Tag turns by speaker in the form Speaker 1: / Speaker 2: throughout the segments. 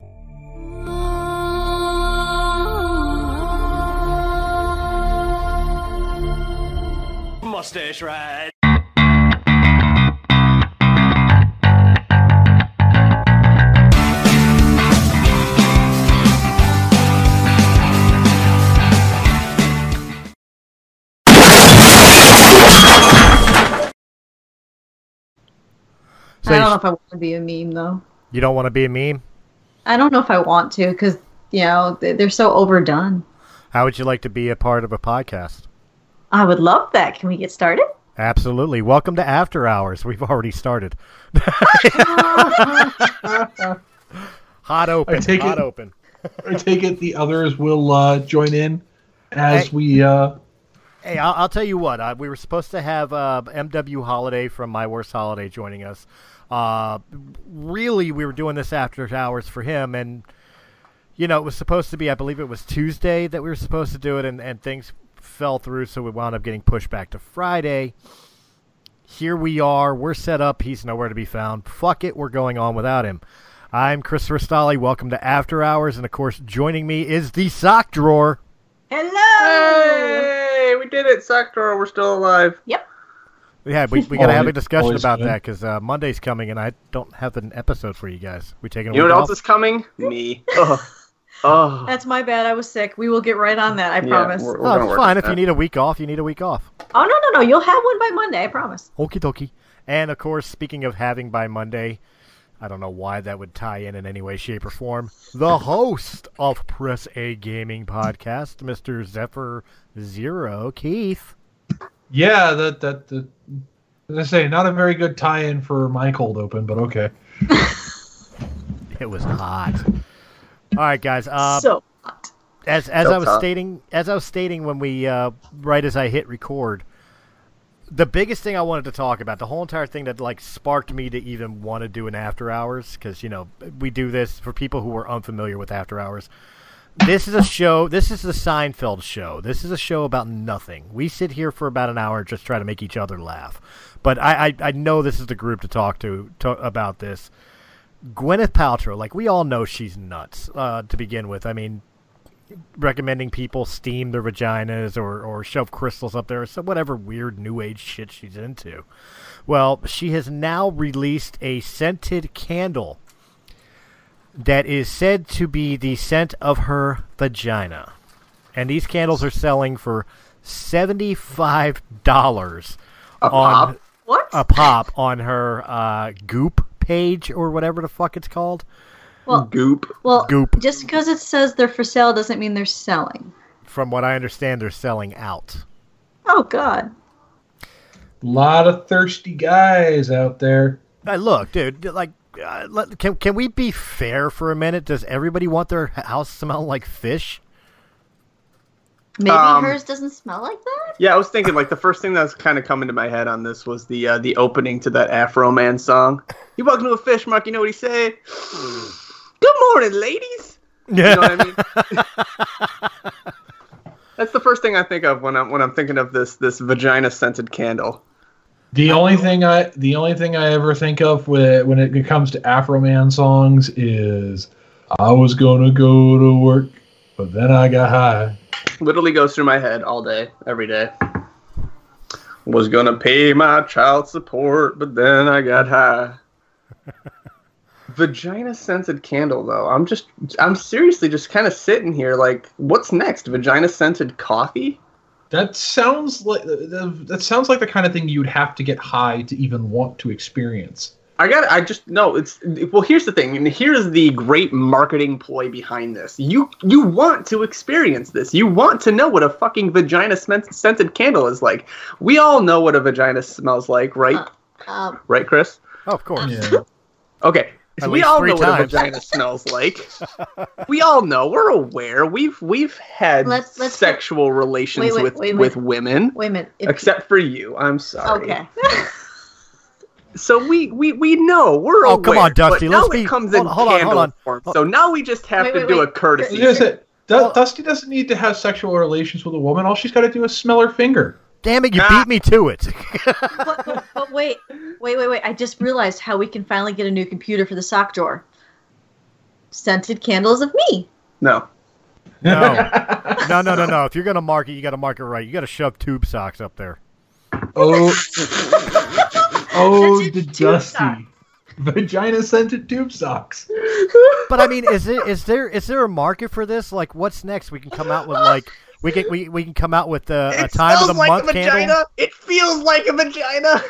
Speaker 1: Oh,
Speaker 2: mustache ride.
Speaker 3: So
Speaker 1: I
Speaker 3: you,
Speaker 1: don't know
Speaker 3: sh-
Speaker 1: if I want to be a meme though.
Speaker 3: you don't want to be a meme?
Speaker 1: I don't know if I want to because you know they- they're so overdone.
Speaker 3: How would you like to be a part of a podcast?
Speaker 1: I would love that. Can we get started?
Speaker 3: Absolutely. Welcome to After Hours. We've already started. hot open.
Speaker 4: I take
Speaker 3: hot
Speaker 4: it-
Speaker 3: open.
Speaker 4: I take it the others will uh, join in as
Speaker 3: Hey.
Speaker 4: we. Uh,
Speaker 3: Hey, I'll, I'll tell you what. Uh, we were supposed to have uh, MW Holiday from My Worst Holiday joining us. Uh, really, we were doing this after hours for him, and you know it was supposed to be. I believe it was Tuesday that we were supposed to do it, and, and things fell through, so we wound up getting pushed back to Friday. Here we are. We're set up. He's nowhere to be found. Fuck it. We're going on without him. I'm Chris Ristali. Welcome to After Hours, and of course, joining me is the sock drawer.
Speaker 1: Hello.
Speaker 5: Hey, we did it, Sector. We're still alive.
Speaker 3: Yeah, we, we got to have a
Speaker 4: Always-
Speaker 3: discussion
Speaker 4: always
Speaker 3: about
Speaker 4: fun.
Speaker 3: that because uh, Monday's coming and I don't have an episode for you guys. We taking a
Speaker 5: You know
Speaker 3: week
Speaker 5: what else
Speaker 3: off?
Speaker 5: is coming? Me. Ugh.
Speaker 3: Oh.
Speaker 5: Ugh.
Speaker 1: That's my bad. I was sick. We will get right on that. I
Speaker 5: Yeah,
Speaker 1: promise.
Speaker 5: we're- we're
Speaker 3: Oh,
Speaker 5: gonna
Speaker 3: it's
Speaker 5: work
Speaker 3: fine.
Speaker 5: on
Speaker 3: If you
Speaker 5: that.
Speaker 3: need a week off, you need a week off.
Speaker 1: Oh no no no! You'll have one by Monday. I promise.
Speaker 3: Okie dokie. And of course, speaking of having by Monday, I don't know why that would tie in in any way, shape, or form. The host of Press A Gaming Podcast, Mr. Zephyr Zero, Keith.
Speaker 4: yeah, that that. that as I say, not a very good tie-in for my cold open, but okay.
Speaker 3: It was hot. All right, guys. Uh,
Speaker 1: so hot.
Speaker 3: as as
Speaker 5: Up
Speaker 3: I was
Speaker 5: top.
Speaker 3: stating as I was stating when we uh, right as I hit record, the biggest thing I wanted to talk about, the whole entire thing that like sparked me to even want to do an after hours because you know we do this for people who are unfamiliar with after hours. This is a show. This is the Seinfeld show. This is a show about nothing. We sit here for about an hour and just try to make each other laugh. But I, I, I know this is the group to talk to, to about this. Gwyneth Paltrow, like we all know, she's nuts uh, to begin with. I mean, recommending people steam their vaginas or, or shove crystals up there or some whatever weird new age shit she's into. Well, she has now released a scented candle that is said to be the scent of her vagina. And these candles are selling for $75
Speaker 5: A
Speaker 3: on
Speaker 5: pop?
Speaker 1: What?
Speaker 5: uh,
Speaker 3: a pop on her uh, goop page or whatever the fuck it's called.
Speaker 1: well,
Speaker 5: Goop.
Speaker 1: well.
Speaker 3: goop.
Speaker 1: Just because it says they're for sale doesn't mean they're selling.
Speaker 3: From what I understand, they're selling out.
Speaker 1: Oh God.
Speaker 4: lot of thirsty guys out there.
Speaker 3: Uh, look, dude, like, uh, let- can can we be fair for a minute? Does everybody want their h- house smell like fish?
Speaker 1: Maybe
Speaker 5: Um,
Speaker 1: hers doesn't smell like that.
Speaker 5: Yeah, I was thinking like the first thing that's kind of coming to my head on this was the uh, the opening to that Afro Man song. He walked into a fish market. You know what he said? Good morning, ladies. You know what I mean? that's the first thing I think of when I'm when I'm thinking of this this vagina scented candle.
Speaker 4: The only thing I the only thing I ever think of when when it comes to Afro Man songs is I was gonna go to work, but then I got high.
Speaker 5: literally goes through my head all day, every day. Was gonna pay my child support, but then I got high. Vagina scented candle, though. I'm just, I'm seriously just kind of sitting here, like, what's next? Vagina scented coffee?
Speaker 4: That sounds like that sounds like the kind of thing you'd have to get high to even want to experience.
Speaker 5: I got. I just no. It's well. Here's the thing, and here's the great marketing ploy behind this. You you want to experience this. You want to know what a fucking vagina scent- scented candle is like. We all know what a vagina smells like, right?
Speaker 1: Uh. Um,
Speaker 5: right, Chris?
Speaker 3: Oh, of course.
Speaker 4: Yeah.
Speaker 5: Okay.
Speaker 3: At
Speaker 5: So we
Speaker 3: least
Speaker 5: all
Speaker 3: three
Speaker 5: know what a
Speaker 3: times.
Speaker 5: vagina smells like. we all know. We're aware. We've we've had
Speaker 1: Let's- let's-
Speaker 5: sexual relations
Speaker 1: Wait, wait,
Speaker 5: with
Speaker 1: wait, wait.
Speaker 5: with women,
Speaker 1: wait a minute. If-
Speaker 5: except for you. I'm sorry.
Speaker 1: okay.
Speaker 5: So we we we know. We're
Speaker 3: Oh,
Speaker 5: aware.
Speaker 3: come on, Dusty,
Speaker 5: But now
Speaker 3: let's
Speaker 5: it
Speaker 3: be-
Speaker 5: comes
Speaker 3: hold-
Speaker 5: in
Speaker 3: hold on, hold
Speaker 5: candle
Speaker 3: on.
Speaker 5: form.
Speaker 3: Hold-
Speaker 5: So now we just have
Speaker 1: Wait,
Speaker 5: to
Speaker 1: wait,
Speaker 5: do
Speaker 1: wait.
Speaker 5: a courtesy.
Speaker 4: Yes, it- Du-
Speaker 3: Well-
Speaker 4: Dusty doesn't need to have sexual relations with a woman. All she's got to do is smell her finger.
Speaker 3: Damn it, you
Speaker 5: Ah.
Speaker 3: beat me to it.
Speaker 1: but, but, but wait, wait, wait, wait! I just realized how we can finally get a new computer for the sock drawer. Scented candles of me.
Speaker 5: No.
Speaker 3: No. no, no, no, no. If you're gonna mark it, you got to mark it right. You got to shove tube socks up there.
Speaker 4: Oh, oh,
Speaker 1: Scented
Speaker 4: the
Speaker 1: tube
Speaker 4: dusty
Speaker 1: sock.
Speaker 4: vagina scented tube socks.
Speaker 3: But I mean, is it is there is there a market for this? Like, what's next? We can come out with like we can we, we can come out with uh, a
Speaker 5: it
Speaker 3: time of
Speaker 5: smells
Speaker 3: the
Speaker 5: like
Speaker 3: month
Speaker 5: a vagina.
Speaker 3: candle.
Speaker 5: It feels like a vagina.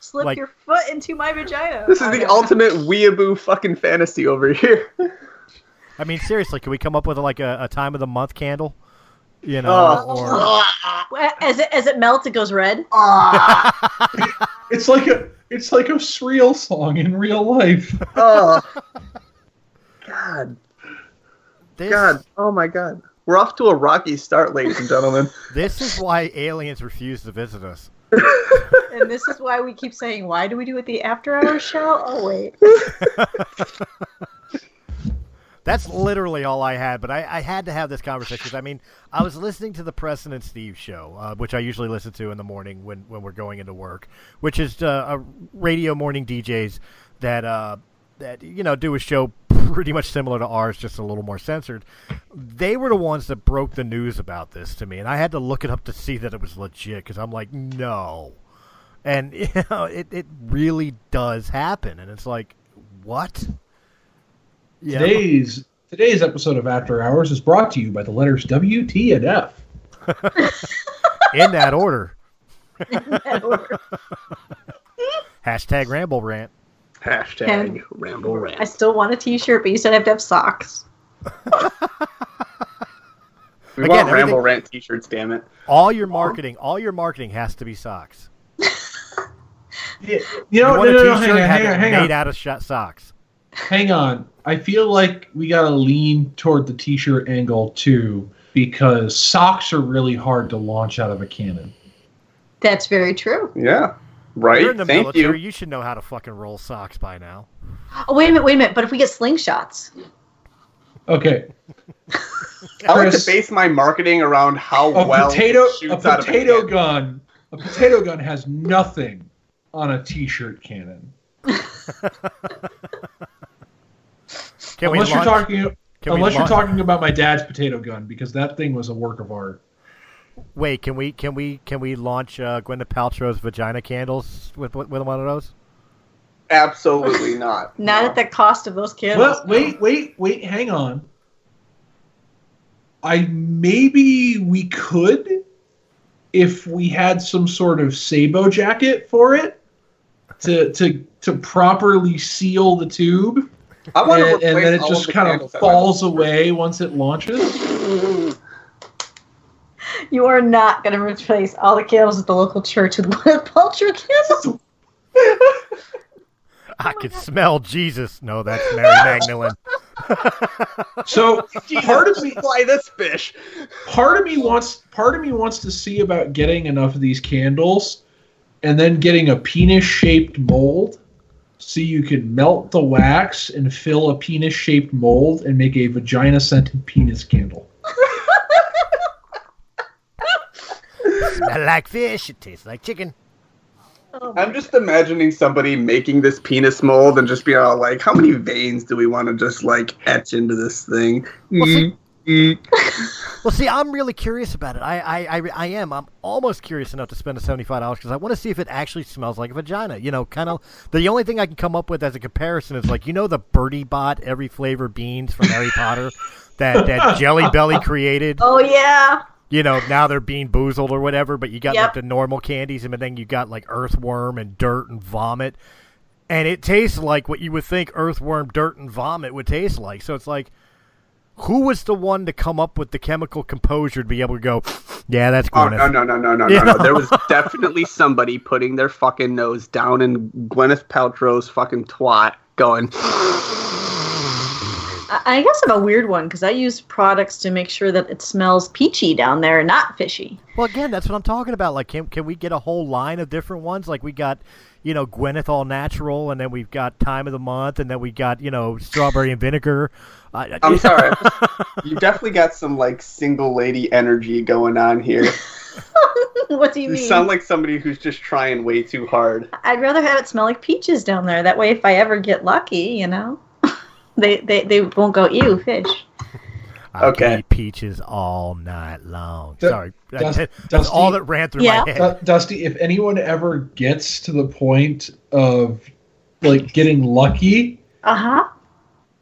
Speaker 1: Slip
Speaker 3: Like-
Speaker 1: your foot into my vagina.
Speaker 5: This is the
Speaker 1: Arya.
Speaker 5: ultimate weeaboo fucking fantasy over here.
Speaker 3: I mean, seriously, can we come up with like a, a time of the month candle? You know,
Speaker 1: Oh. As it as it melts, it goes red.
Speaker 5: Ah.
Speaker 4: It's like a it's like a surreal song in real life.
Speaker 5: oh.
Speaker 3: or
Speaker 5: God,
Speaker 3: this,
Speaker 5: God, oh my God. We're off to a rocky start, ladies and gentlemen.
Speaker 3: this is why aliens refuse to visit us.
Speaker 1: and this is why we keep saying, "Why do we do it the after hours show?" Oh wait,
Speaker 3: That's literally all I had, but I, I had to have this conversation. 'cause, I mean, I was listening to the President Steve show, uh, which I usually listen to in the morning when, when we're going into work, which is uh, a radio morning DJs that uh, that you know do a show pretty much similar to ours, just a little more censored. They were the ones that broke the news about this to me, and I had to look it up to see that it was legit because I'm like, no, and you know, it it really does happen, and it's like, what? Yeah.
Speaker 4: Today's today's episode of After Hours is brought to you by the letters W, T, and F.
Speaker 3: in that order. Hashtag ramble rant.
Speaker 5: Hashtag
Speaker 1: And-
Speaker 5: ramble rant.
Speaker 1: I still want a T-shirt, but you said I have to have socks.
Speaker 5: we
Speaker 3: Again,
Speaker 5: want ramble
Speaker 3: everything-
Speaker 5: rant t-shirts, damn it.
Speaker 3: All your marketing, all your marketing has to be socks.
Speaker 4: You know,
Speaker 3: you
Speaker 4: no,
Speaker 3: want
Speaker 4: no,
Speaker 3: a
Speaker 4: no,
Speaker 3: t-shirt
Speaker 4: hang on,
Speaker 3: have
Speaker 4: hang
Speaker 3: it
Speaker 4: on, hang
Speaker 3: made
Speaker 4: on,
Speaker 3: out of sh- socks.
Speaker 4: hang on. I feel like we gotta lean toward the t-shirt angle too, because socks are really hard to launch out of a cannon.
Speaker 1: That's very true.
Speaker 5: Yeah. Right?
Speaker 3: You're in the
Speaker 5: Thank
Speaker 3: military.
Speaker 5: you.
Speaker 3: You. should know how to fucking roll socks by now.
Speaker 1: Oh wait a minute, wait a minute. But if we get slingshots,
Speaker 4: Okay,
Speaker 5: I like to
Speaker 4: Chris.
Speaker 5: base my marketing around how
Speaker 4: a
Speaker 5: well
Speaker 4: potato
Speaker 5: it
Speaker 4: a
Speaker 5: shoots out of
Speaker 4: potato
Speaker 5: cannon.
Speaker 4: gun a potato gun has nothing on a t-shirt cannon.
Speaker 3: Can
Speaker 4: unless
Speaker 3: we
Speaker 4: you're
Speaker 3: launch?
Speaker 4: talking
Speaker 3: can we
Speaker 4: unless you're
Speaker 3: launch-
Speaker 4: talking about my dad's potato gun because that thing was a work of art.
Speaker 3: Wait, can we can we can we launch uh, Gwyneth Paltrow's vagina candles with with one of those?
Speaker 5: Absolutely not.
Speaker 1: not
Speaker 5: No.
Speaker 1: at the cost of those kids.
Speaker 4: Well, wait, wait, wait, hang on. I maybe we could if we had some sort of sabo jacket for it to to to properly seal the tube
Speaker 5: I
Speaker 4: and,
Speaker 5: want to
Speaker 4: and
Speaker 5: replace
Speaker 4: then it
Speaker 5: all
Speaker 4: just
Speaker 5: the
Speaker 4: kind of
Speaker 5: candles at my
Speaker 4: falls away once it launches.
Speaker 1: You are not going to replace all the candles at the local church with Gwyneth Paltrow candles.
Speaker 3: I could smell Jesus. No, that's Mary Magdalene.
Speaker 4: So
Speaker 5: Jesus,
Speaker 4: part of me
Speaker 5: fly this fish.
Speaker 4: part of me wants part of me wants to see about getting enough of these candles and then getting a penis shaped mold so you can melt the wax and fill a penis shaped mold and make a vagina scented penis candle.
Speaker 3: I like fish. It tastes like chicken.
Speaker 1: Oh my
Speaker 5: I'm just imagining somebody making this penis mold and just being all like, how many veins do we want to just like etch into this thing?
Speaker 3: Well, see-
Speaker 5: Mm, mm.
Speaker 3: Well, see, I'm really curious about it. I, I, I, I am. I'm almost curious enough to spend the seventy-five dollars because I want to see if it actually smells like a vagina. You know, kind of. The only thing I can come up with as a comparison is like you know the Birdie Bot every flavor beans from Harry Potter that that Jelly Belly created.
Speaker 1: Oh yeah.
Speaker 3: You know, now they're being boozled or whatever, but you got
Speaker 1: Yep.
Speaker 3: like the normal candies, and then you got like earthworm and dirt and vomit, and it tastes like what you would think earthworm, dirt, and vomit would taste like. So it's like, who was the one to come up with the chemical composure to be able to go, yeah, that's
Speaker 5: Oh,
Speaker 3: Gwyneth.
Speaker 5: no, no, no, no, no, no, no. There was definitely somebody putting their fucking nose down in Gwyneth Paltrow's fucking twat going,
Speaker 1: I I guess I'm a weird one because I use products to make sure that it smells peachy down there and not fishy.
Speaker 3: Well, again, that's what I'm talking about. Like, can can we get a whole line of different ones? Like, we got, you know, Gwyneth all natural, and then we've got time of the month, and then we got you know strawberry and vinegar. I
Speaker 5: I'm sorry. you definitely got some like single lady energy going on here.
Speaker 1: what do you
Speaker 5: You
Speaker 1: mean?
Speaker 5: sound like somebody who's just trying way too hard.
Speaker 1: I'd rather have it smell like peaches down there. That way, if I ever get lucky, you know, they, they they won't go ew fish.
Speaker 3: I could
Speaker 5: Okay.
Speaker 3: eat peaches all night long.
Speaker 4: Du-
Speaker 3: Sorry,
Speaker 4: Dust-
Speaker 3: that's
Speaker 4: Dusty-
Speaker 3: all that ran through
Speaker 1: Yeah.
Speaker 3: my head.
Speaker 4: Du- Dusty, if anyone ever gets to the point of like getting lucky,
Speaker 1: Uh huh.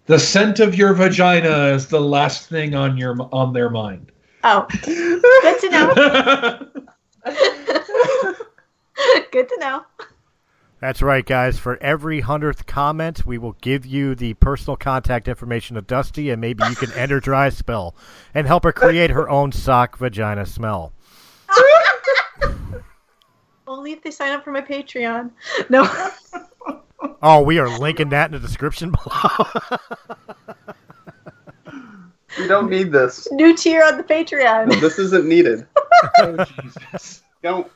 Speaker 4: the scent of your vagina is the last thing on your on their mind.
Speaker 1: Oh, good to know. good to know.
Speaker 3: That's right, guys. For every hundredth comment, we will give you the personal contact information of Dusty, and maybe you can enter dry spell and help her create her own sock vagina smell.
Speaker 1: Only if they sign up for my Patreon. No.
Speaker 3: Oh, we are linking that in the description below.
Speaker 5: You don't need this.
Speaker 1: New tier on the Patreon.
Speaker 5: This isn't needed.
Speaker 4: oh Jesus.
Speaker 5: Don't.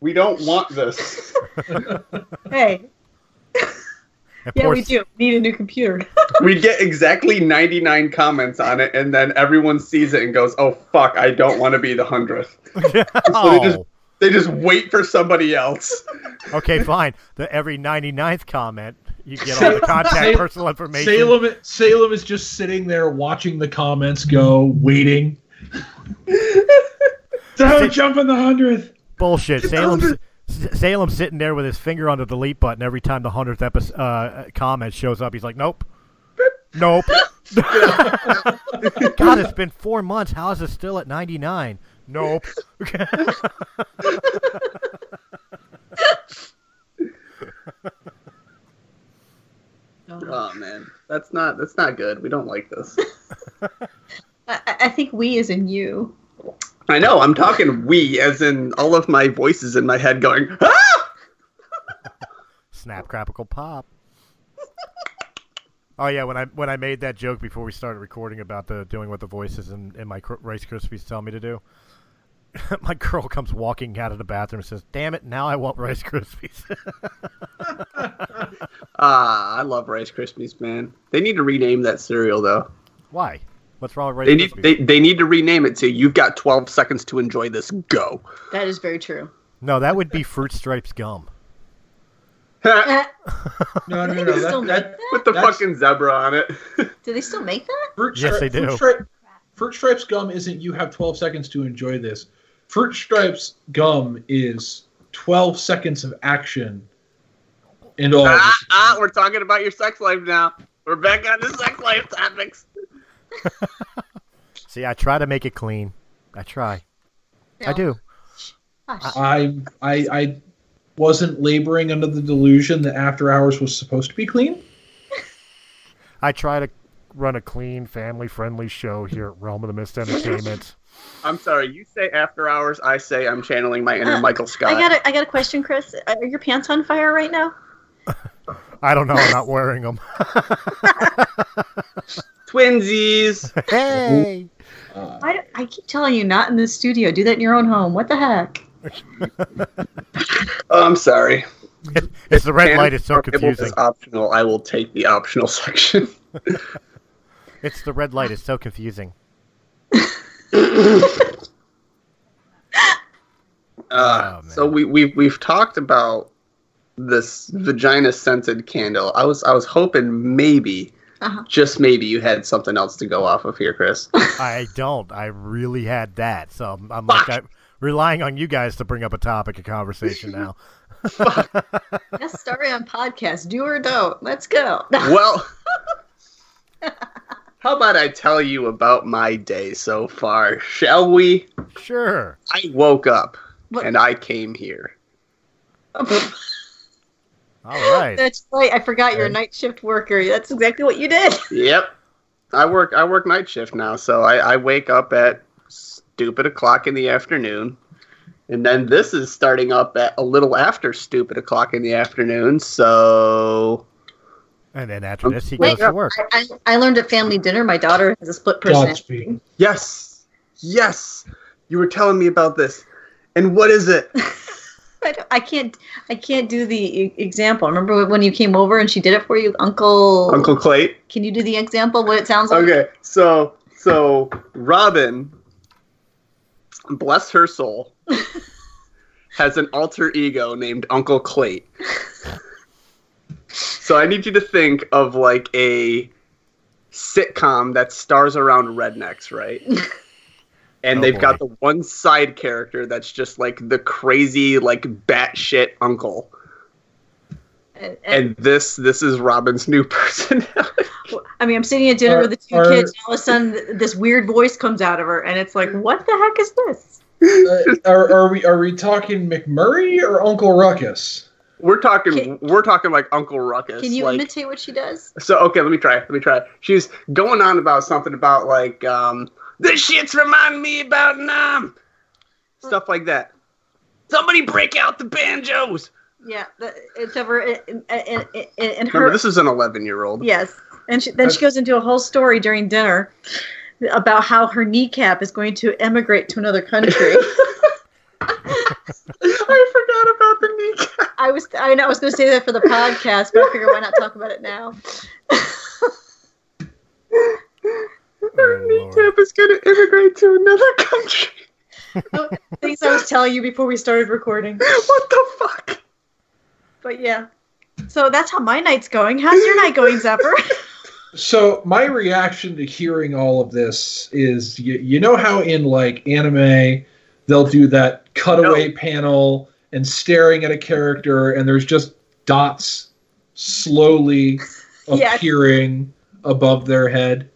Speaker 5: We don't want this.
Speaker 1: Hey.
Speaker 3: Of
Speaker 1: Yeah,
Speaker 3: course,
Speaker 1: we do. Need a new computer.
Speaker 5: We get exactly 99 comments on it, and then everyone sees it and goes, "Oh fuck, I don't want to be the hundredth."
Speaker 3: oh,
Speaker 5: just- They just wait for somebody else.
Speaker 3: okay, fine. The every 99th comment, you get all the contact
Speaker 4: Salem-
Speaker 3: personal information.
Speaker 4: Salem Salem is just sitting there watching the comments go, waiting. Don't jump in the hundredth.
Speaker 3: Bullshit. Salem's,
Speaker 5: hundred-
Speaker 3: Salem's sitting there with his finger on the delete button every time the hundredth episode uh, comment shows up. He's like, "Nope, nope." God, it's been four months. How is it still at ninety nine? Nope.
Speaker 5: Oh man, that's not that's not good. We don't like this.
Speaker 1: I, I I think we is in you.
Speaker 5: I know. I'm talking we, as in all of my voices in my head going, "Ah!"
Speaker 3: Snap, crackle, pop. Oh yeah, when I when I made that joke before we started recording about the doing what the voices and, and my Cr- Rice Krispies tell me to do, my girl comes walking out of the bathroom and says, "Damn it, now I want Rice Krispies."
Speaker 5: Ah, I love Rice Krispies, man. They need to rename that cereal though.
Speaker 3: Why? What's wrong with
Speaker 5: They
Speaker 3: Rice
Speaker 5: need
Speaker 3: Krispies?
Speaker 5: they, they need to rename it to "You've got 12 seconds to enjoy this." Go.
Speaker 1: That is very true.
Speaker 3: No, that would be Fruit Stripes gum.
Speaker 5: With
Speaker 1: Eh,
Speaker 4: No, no,
Speaker 1: Do
Speaker 4: no.
Speaker 1: they
Speaker 4: that-
Speaker 1: still
Speaker 4: that-
Speaker 1: make that?
Speaker 5: the
Speaker 4: That's-
Speaker 5: fucking zebra on it.
Speaker 3: Oh,
Speaker 1: Do they still make that?
Speaker 4: Fruit
Speaker 3: Yes, they do.
Speaker 4: Fruit, Stripe- Fruit Stripes gum isn't you have 12 seconds to enjoy this. Fruit Stripes gum is 12 seconds of action and all.
Speaker 5: ah,
Speaker 4: this.
Speaker 5: ah, we're talking about your sex life now. We're back on the sex life topics.
Speaker 3: See, I try to make it clean. I try.
Speaker 1: No.
Speaker 3: I do.
Speaker 1: Gosh.
Speaker 4: I, I, I wasn't laboring under the delusion that After Hours was supposed to be clean.
Speaker 3: I try to run a clean, family-friendly show here at Realm of the Mist Entertainment.
Speaker 5: I'm sorry. You say after hours. I say I'm channeling my inner
Speaker 1: Uh,
Speaker 5: Michael Scott.
Speaker 1: I got a, I got a question, Chris. Are your pants on fire right now?
Speaker 3: I don't know. I'm not wearing them.
Speaker 5: Twinsies.
Speaker 3: hey,
Speaker 4: Uh,
Speaker 1: I, I keep telling you, not in the studio. Do that in your own home. What the heck?
Speaker 5: oh, I'm sorry.
Speaker 3: it's the red
Speaker 5: Can-
Speaker 3: light. It's so
Speaker 5: or nibble is
Speaker 3: confusing.
Speaker 5: optional. I will take the optional section.
Speaker 3: It's the red light. It's so confusing.
Speaker 5: Uh,
Speaker 3: Oh,
Speaker 5: so
Speaker 3: man.
Speaker 5: we we we've talked about this vagina scented candle. I was I was hoping maybe
Speaker 1: Uh-huh.
Speaker 5: just maybe you had something else to go off of here, Chris.
Speaker 3: I don't. I really had that. So I'm, I'm like I'm relying on you guys to bring up a topic of conversation now.
Speaker 1: Best story on podcast. Do or don't. Let's go.
Speaker 5: well, how about I tell you about my day so far, shall we?
Speaker 3: Sure.
Speaker 5: I woke up
Speaker 1: What-
Speaker 5: and I came here.
Speaker 3: All right.
Speaker 1: That's right. I forgot you're a night shift worker. That's exactly what you did.
Speaker 5: Yep. I work I work night shift now, so I, I wake up at stupid o'clock in the afternoon. And then this is starting up at a little after stupid o'clock in the afternoon, so
Speaker 3: And then after this, he
Speaker 5: Wait,
Speaker 3: goes to work.
Speaker 1: I, I, I learned at family dinner my daughter has a split personality.
Speaker 4: Godspeed.
Speaker 5: Yes. Yes. You were telling me about this. And what is it?
Speaker 1: I, don't- I can't I can't do the e- example. Remember when you came over and she did it for you, Uncle?
Speaker 5: Uncle Clay?
Speaker 1: Can you do the example? What it sounds like?
Speaker 5: Okay, so so Robin, bless her soul, has an alter ego named Uncle Clay. So I need you to think of like a sitcom that stars around rednecks, right? and
Speaker 3: Oh,
Speaker 5: they've got
Speaker 3: boy.
Speaker 5: the one side character that's just like the crazy, like batshit uncle.
Speaker 1: And, and,
Speaker 5: And this this is Robin's new personality.
Speaker 1: I mean, I'm sitting at dinner
Speaker 4: Are-
Speaker 1: with the two
Speaker 4: are-
Speaker 1: kids, and all of a sudden, th- this weird voice comes out of her, and it's like, what the heck is this?
Speaker 4: Uh, are, are we are we talking McMurray or Uncle Ruckus?
Speaker 5: We're talking
Speaker 1: Can-
Speaker 5: we're talking like Uncle Ruckus.
Speaker 1: Can you
Speaker 5: like,
Speaker 1: imitate what she does?
Speaker 5: So okay, let me try. Let me try. She's going on about something about like um this shit's reminding me about Nam. Stuff like that. Somebody break out the banjos.
Speaker 1: Yeah, the, except for in, in, in, in, in her.
Speaker 5: Remember, this is an eleven-year-old.
Speaker 1: Yes, and she, then she goes into a whole story during dinner about how her kneecap is going to emigrate to another country.
Speaker 5: I forgot about the kneecap.
Speaker 1: I was I know I was going to say that for the podcast, but I figure why not talk about it now?
Speaker 5: Her
Speaker 3: Oh, Lord.
Speaker 5: kneecap is gonna immigrate to another country.
Speaker 1: Things I was telling you before we started recording.
Speaker 5: What the fuck?
Speaker 1: But yeah, so that's how my night's going. How's your night going, Zephyr?
Speaker 4: So my reaction to hearing all of this is you, you know how in like anime they'll do that cutaway panel and staring at a character and there's just dots slowly
Speaker 1: Yes.
Speaker 4: appearing above their head.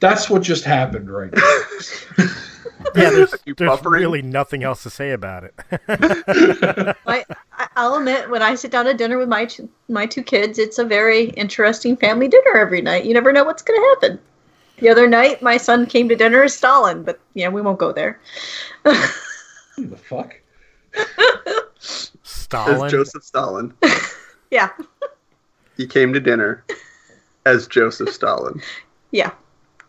Speaker 4: That's what just happened right now.
Speaker 3: Yeah, there's,
Speaker 5: You
Speaker 3: there's
Speaker 5: buffering?
Speaker 3: really nothing else to say about it.
Speaker 1: I, I- I'll admit, when I sit down to dinner with my two, my two kids, it's a very interesting family dinner every night. You never know what's going to happen. The other night, my son came to dinner as Stalin, but yeah, we won't go there.
Speaker 4: Who the fuck?
Speaker 3: Stalin.
Speaker 5: As Joseph Stalin.
Speaker 1: Yeah,
Speaker 5: He came to dinner as Joseph Stalin.
Speaker 1: yeah.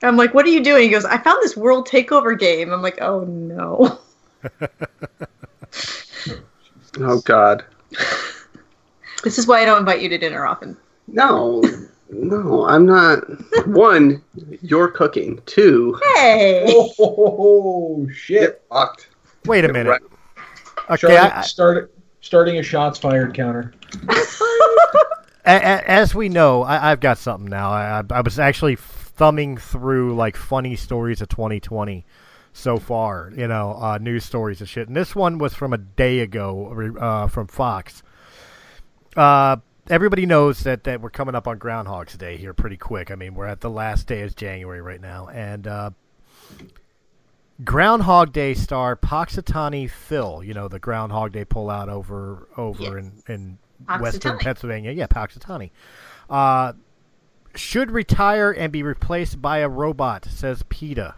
Speaker 1: I'm like, what are you doing? He goes, I found this world takeover game. I'm like, oh no.
Speaker 5: Oh God.
Speaker 1: This is why I don't invite you to dinner often.
Speaker 5: No, no, I'm not. One, you're cooking. Two,
Speaker 1: Hey!
Speaker 4: Oh, shit.
Speaker 5: get fucked.
Speaker 3: Wait a minute.
Speaker 5: Right.
Speaker 3: Okay,
Speaker 4: Charlie,
Speaker 3: I,
Speaker 4: start, starting a shots fired counter.
Speaker 3: a- a- as we know, I, I've got something now. I, I- I was actually thumbing through like funny stories of 2020 so far, you know, uh, news stories and shit. And this one was from a day ago re- uh, from Fox. Uh, everybody knows that, that we're coming up on Groundhog's Day here pretty quick. I mean, we're at the last day of January right now. And uh, Groundhog Day star Poxitani Phil, you know, the Groundhog Day pullout over over
Speaker 1: Yes.
Speaker 3: in, in Western
Speaker 1: Punxsutawney.
Speaker 3: Pennsylvania. Yeah, Poxitani. Uh, should retire and be replaced by a robot, says PETA.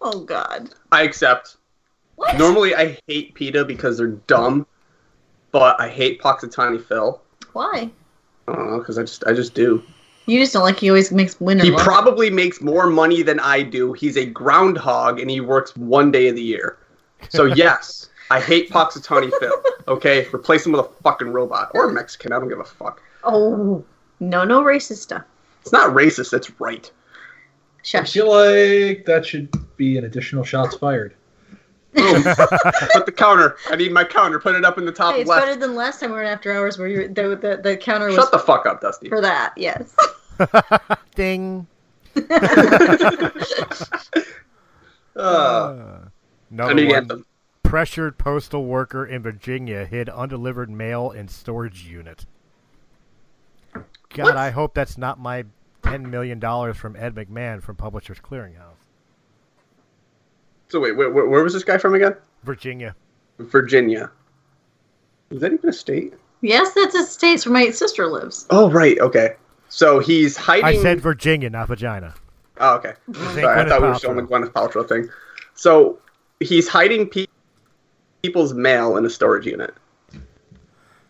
Speaker 1: Oh god.
Speaker 5: I accept.
Speaker 1: What?
Speaker 5: Normally, I hate PETA because they're dumb, but I hate Poxitani Phil.
Speaker 1: Why?
Speaker 5: I don't know because I just I just do.
Speaker 1: You just don't like he always makes winner.
Speaker 5: He probably makes more money than I do. He's a groundhog and he works one day of the year. So yes, I hate Poxitani Phil. Okay, replace him with a fucking robot or a Mexican. I don't give a fuck.
Speaker 1: oh, no, no racist stuff.
Speaker 5: It's not racist. That's right.
Speaker 4: I
Speaker 1: Shush.
Speaker 4: feel like that should be an additional shots fired.
Speaker 5: Boom. Put the counter. I need my counter. Put it up in the top
Speaker 1: Hey, it's
Speaker 5: left.
Speaker 1: better than last time we were in after hours where you the the, the counter was
Speaker 5: Shut the fuck up, Dusty.
Speaker 1: for that. Yes.
Speaker 3: Ding.
Speaker 5: Uh,
Speaker 3: Another
Speaker 5: I need
Speaker 3: one.
Speaker 5: anthem.
Speaker 3: Pressured postal worker in Virginia hid undelivered mail in storage unit. God,
Speaker 1: What?
Speaker 3: I hope that's not my ten million dollars from Ed McMahon from Publishers Clearinghouse,
Speaker 5: So wait, where, where, where was this guy from again?
Speaker 3: Virginia.
Speaker 5: Virginia. Is that even a state?
Speaker 1: yes, that's a state where my sister lives.
Speaker 5: Oh right, okay. So he's hiding.
Speaker 3: I said Virginia, not vagina.
Speaker 5: Oh okay.
Speaker 3: This ain't
Speaker 5: Sorry, I
Speaker 3: Gwyneth
Speaker 5: thought we were
Speaker 3: Paltrow.
Speaker 5: still on the Gwyneth Paltrow thing. So he's hiding pe- people's mail in a storage unit.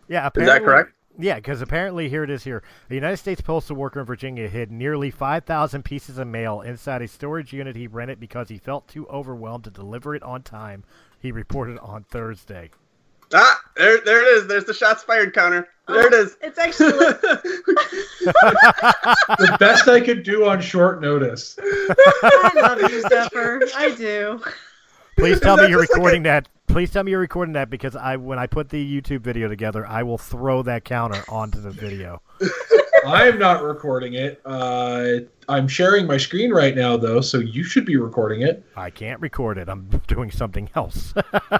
Speaker 3: Yeah,
Speaker 5: Is
Speaker 3: apparently,
Speaker 5: that correct?
Speaker 3: Yeah, because apparently here it is. Here, a United States postal worker in Virginia hid nearly five thousand pieces of mail inside a storage unit he rented because he felt too overwhelmed to deliver it on time. He reported on Thursday.
Speaker 5: Ah, there, there it is. There's the shots fired counter. There it is.
Speaker 1: It's actually like,
Speaker 4: the best I could do on short notice.
Speaker 1: I love you, Zephyr. I do.
Speaker 3: Please tell
Speaker 5: that
Speaker 3: me you're
Speaker 5: just like a-
Speaker 3: recording that. Please tell me you're recording that because I, when I put the YouTube video together, I will throw that counter onto the video.
Speaker 4: I'm not recording it. Uh, I'm sharing my screen right now, though, so you should be recording it.
Speaker 3: I can't record it. I'm doing something else.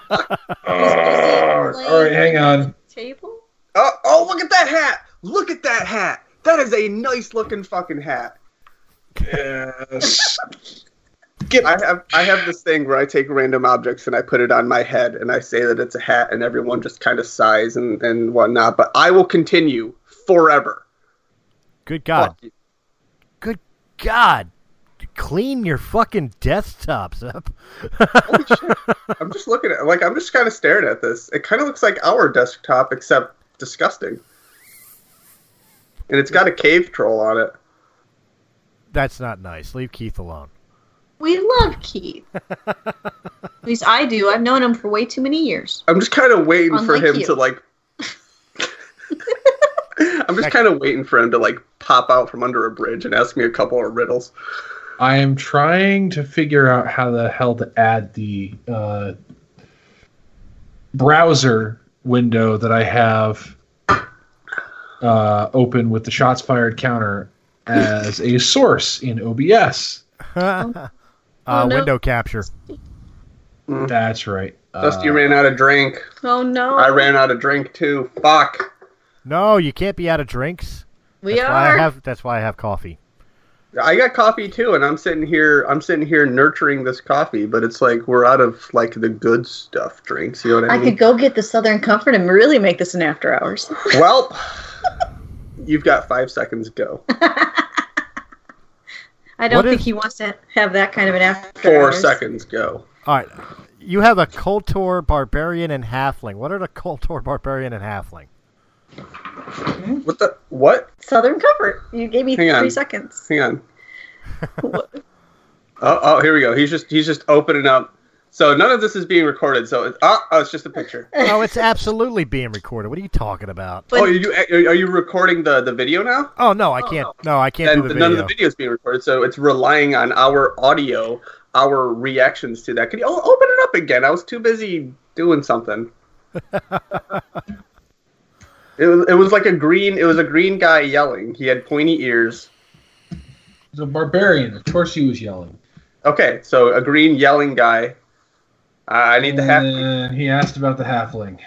Speaker 4: Uh, all right, hang on.
Speaker 1: Table?
Speaker 5: Oh, oh, look at that hat! Look at that hat! That is a nice looking fucking hat.
Speaker 4: Yes.
Speaker 5: Get, I have I have this thing where I take random objects and I put it on my head and I say that it's a hat and everyone just kind of sighs and, and whatnot. But I will continue forever.
Speaker 3: Good God.
Speaker 5: Fuck you.
Speaker 3: Good God. Clean your fucking desktops up.
Speaker 5: Holy shit. I'm just looking at like I'm just kind of staring at this. It kind of looks like our desktop except disgusting. And it's got a cave troll on it.
Speaker 3: That's not nice. Leave Keith alone.
Speaker 1: We love Keith. At least I do. I've known him for way too many years.
Speaker 5: I'm just kind of waiting for
Speaker 1: Unlike
Speaker 5: him
Speaker 1: you.
Speaker 5: to like. I'm just kind of waiting for him to like pop out from under a bridge and ask me a couple of riddles.
Speaker 4: I am trying to figure out how the hell to add the uh, browser window that I have uh, open with the shots fired counter as a source in OBS.
Speaker 3: uh,
Speaker 1: Oh, no.
Speaker 3: Window capture.
Speaker 4: That's right.
Speaker 5: Dusty
Speaker 4: Uh,
Speaker 5: ran out of drink.
Speaker 1: Oh no.
Speaker 5: I ran out of drink too. Fuck.
Speaker 3: No, you can't be out of drinks.
Speaker 1: we
Speaker 3: That's why
Speaker 1: are.
Speaker 3: I have. That's why I have coffee.
Speaker 5: I got coffee too, and I'm sitting here. I'm sitting here nurturing this coffee, but it's like we're out of like the good stuff drinks. You know what I
Speaker 1: I
Speaker 5: mean?
Speaker 1: could go get the Southern Comfort and really make this an after hours.
Speaker 5: Well, you've got five seconds to go.
Speaker 1: I don't
Speaker 3: What
Speaker 1: think
Speaker 3: if-
Speaker 1: he wants to have that kind of an after
Speaker 5: Four
Speaker 1: hours.
Speaker 5: seconds go.
Speaker 3: All right, you have a Coltor barbarian and halfling. What are the Coltor barbarian and halfling?
Speaker 5: What the? What?
Speaker 1: Southern Comfort. You gave me
Speaker 5: Hang
Speaker 1: three
Speaker 5: on.
Speaker 1: seconds.
Speaker 5: Hang on. Oh, oh, here we go. He's just he's just opening up. So none of this is being recorded. So it's, oh, oh, it's just a picture.
Speaker 3: Oh, it's absolutely being recorded. What are you talking about?
Speaker 1: But-
Speaker 5: oh, are you are you recording the the video now?
Speaker 3: Oh no, I can't. No, I can't
Speaker 5: And
Speaker 3: do the
Speaker 5: none of
Speaker 3: video.
Speaker 5: the video is being recorded. So it's relying on our audio, our reactions to that. Can you oh, open it up again? I was too busy doing something. it was it was like a green it was a green guy yelling. He had pointy ears.
Speaker 4: the barbarian. Of course, he was yelling.
Speaker 5: Okay, so a green yelling guy. I I need the
Speaker 3: Mm.
Speaker 5: half.
Speaker 4: And he asked about the halfling.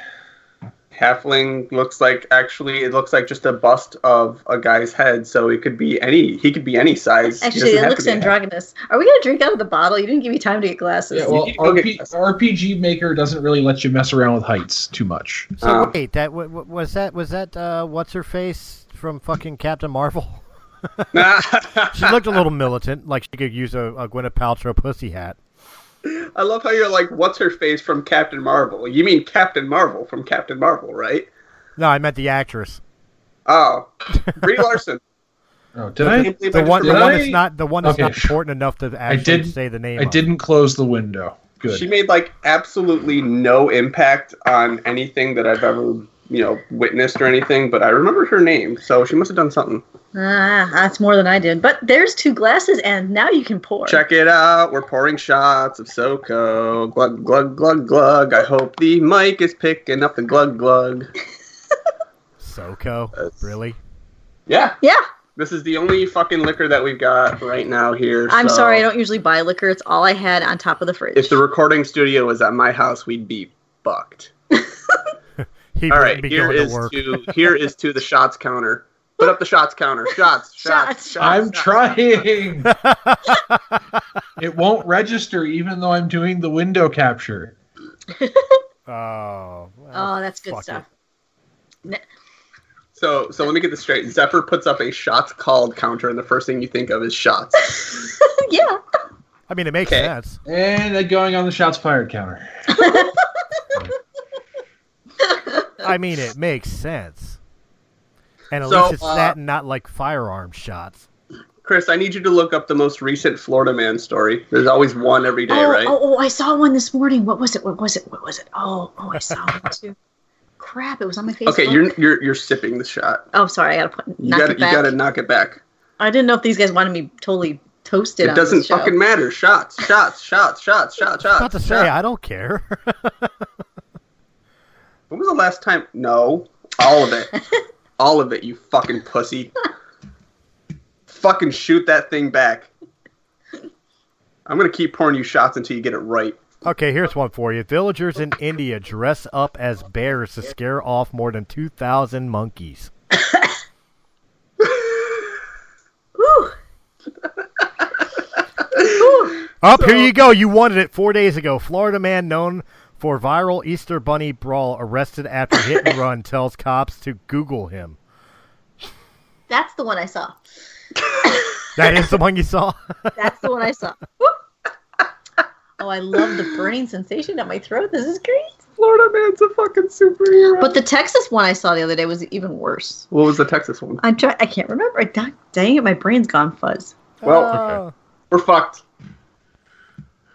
Speaker 5: Halfling looks like actually it looks like just a bust of a guy's head, so it could be any he could be any size. He
Speaker 1: Actually,
Speaker 5: doesn't
Speaker 1: it
Speaker 5: have
Speaker 1: looks
Speaker 5: to be a half-
Speaker 1: androgynous. Are we gonna drink out of the bottle? You didn't give me time to get glasses.
Speaker 4: Yeah, well,
Speaker 5: you-
Speaker 4: RP,
Speaker 5: okay.
Speaker 4: RPG Maker doesn't really let you mess around with heights too much.
Speaker 3: So
Speaker 5: Um,
Speaker 3: Oh, wait, that w- w- was that was that uh, what's her face from fucking Captain Marvel? She looked a little militant, like she could use a, a Gwyneth Paltrow pussy hat.
Speaker 5: I love how you're like, what's her face from Captain Marvel? You mean Captain Marvel from Captain Marvel, right?
Speaker 3: No, I meant the actress.
Speaker 5: Oh, Brie Larson.
Speaker 4: Oh, did
Speaker 5: I
Speaker 4: I?
Speaker 5: can't believe
Speaker 3: The
Speaker 5: I just
Speaker 3: one, the
Speaker 5: remembered-
Speaker 3: one
Speaker 4: I-
Speaker 3: that's not the one that's
Speaker 4: Okay,
Speaker 3: not
Speaker 4: sh-
Speaker 3: important enough to actually
Speaker 4: didn't-
Speaker 3: say the name.
Speaker 4: I
Speaker 3: of.
Speaker 4: didn't close the window. Good.
Speaker 5: She made like absolutely no impact on anything that I've ever you know witnessed or anything, but I remembered her name, so she must have done something.
Speaker 1: Ah, that's more than I did. But there's two glasses, and now you can pour.
Speaker 5: Check it out. We're pouring shots of SoCo. Glug, glug, glug, glug. I hope the mic is picking up the glug, glug.
Speaker 3: Soko,
Speaker 5: That's-
Speaker 3: really?
Speaker 5: Yeah.
Speaker 1: Yeah,
Speaker 5: This is the only fucking liquor that we've got right now here.
Speaker 1: I'm
Speaker 5: so
Speaker 1: sorry. I don't usually buy liquor. It's all I had on top of the fridge.
Speaker 5: If the recording studio was at my house, we'd be fucked.
Speaker 3: He
Speaker 5: All
Speaker 3: wouldn't
Speaker 5: right.
Speaker 3: be
Speaker 5: Here
Speaker 3: going
Speaker 5: is
Speaker 3: to work.
Speaker 5: to here is to the shots counter. Put up the shots counter. Shots.
Speaker 1: Shots.
Speaker 5: Shots. shots
Speaker 4: I'm
Speaker 5: shots.
Speaker 4: trying. it won't register even though I'm doing the window capture.
Speaker 3: Oh, well,
Speaker 1: oh, that's good
Speaker 3: fuck
Speaker 1: stuff.
Speaker 5: So so let me get this straight. Zephyr puts up a shots called counter, and the first thing you think of is shots.
Speaker 1: yeah.
Speaker 3: I mean, it makes
Speaker 5: Okay.
Speaker 3: sense.
Speaker 4: And then going on the shots fired counter.
Speaker 3: I mean, it makes sense. And at
Speaker 5: So,
Speaker 3: least it's
Speaker 5: uh,
Speaker 3: that and not like firearm shots.
Speaker 5: Chris, I need you to look up the most recent Florida man story. There's always one every day,
Speaker 1: oh,
Speaker 5: right?
Speaker 1: oh, oh, I saw one this morning. What was it? What was it? What was it? Oh, oh, I saw one too. Crap! It was on my face.
Speaker 5: okay, you're you're you're sipping the shot.
Speaker 1: Oh, sorry. I gotta put.
Speaker 5: You
Speaker 1: knock
Speaker 5: got to
Speaker 1: it
Speaker 5: you
Speaker 1: back.
Speaker 5: got to knock it back.
Speaker 1: I didn't know if these guys wanted me totally toasted.
Speaker 5: it
Speaker 1: on
Speaker 5: doesn't
Speaker 1: this show.
Speaker 5: fucking matter. Shots, shots, shots, shots, shots, shots.
Speaker 3: Not to say
Speaker 5: shots.
Speaker 3: I don't care.
Speaker 5: When was the last time? No, all of it, all of it. You fucking pussy. fucking shoot that thing back. I'm gonna keep pouring you shots until you get it right.
Speaker 3: Okay, here's one for you. Villagers in India dress up as bears to scare off more than 2,000 monkeys.
Speaker 1: Whew. Whew.
Speaker 3: Up, here you go. You wanted it four days ago. Florida man known for viral Easter Bunny brawl arrested after hit and run tells cops to Google him.
Speaker 1: That's the one I saw.
Speaker 3: That is the one you saw?
Speaker 1: That's the one I saw. Whew. Oh, I love the burning sensation at my throat. This is great.
Speaker 5: Florida man's a fucking superhero.
Speaker 1: But the Texas one I saw the other day was even worse.
Speaker 5: what was the Texas one?
Speaker 1: I'm try- I can't remember. Dang dang it, my brain's gone fuzz.
Speaker 5: Well,
Speaker 3: Oh.
Speaker 5: we're fucked.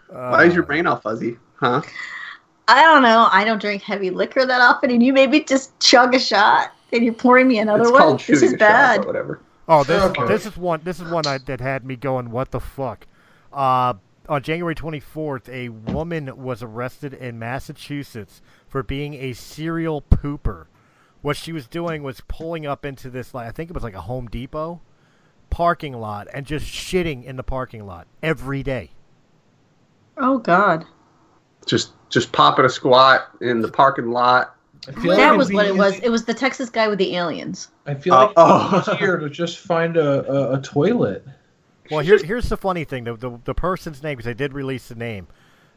Speaker 5: Why is
Speaker 3: Uh,
Speaker 5: your brain all fuzzy? Huh?
Speaker 1: I don't know. I don't drink heavy liquor that often, and you maybe just chug a shot, and you're pouring me another
Speaker 5: it's
Speaker 1: one.
Speaker 5: called
Speaker 1: This
Speaker 5: shooting
Speaker 1: is
Speaker 5: a shot,
Speaker 1: bad.
Speaker 5: but whatever.
Speaker 3: Oh, this
Speaker 4: Okay.
Speaker 3: this is one this is one I, that had me going. What the fuck? Uh, on January 24th, a woman was arrested in Massachusetts for being a serial pooper. What she was doing was pulling up into this, like I think it was like a Home Depot parking lot, and just shitting in the parking lot every day.
Speaker 1: Oh God.
Speaker 5: Just just popping a squat in the parking lot.
Speaker 4: I feel
Speaker 1: That
Speaker 4: like
Speaker 1: was
Speaker 4: it'd
Speaker 1: what
Speaker 4: be
Speaker 1: it was.
Speaker 4: easy-
Speaker 1: It was the Texas guy with the aliens.
Speaker 4: I feel like
Speaker 5: Uh,
Speaker 4: it's easier to just find a, a, a toilet.
Speaker 3: Well, here, here's the funny thing: the the, the person's name, because they did release the name.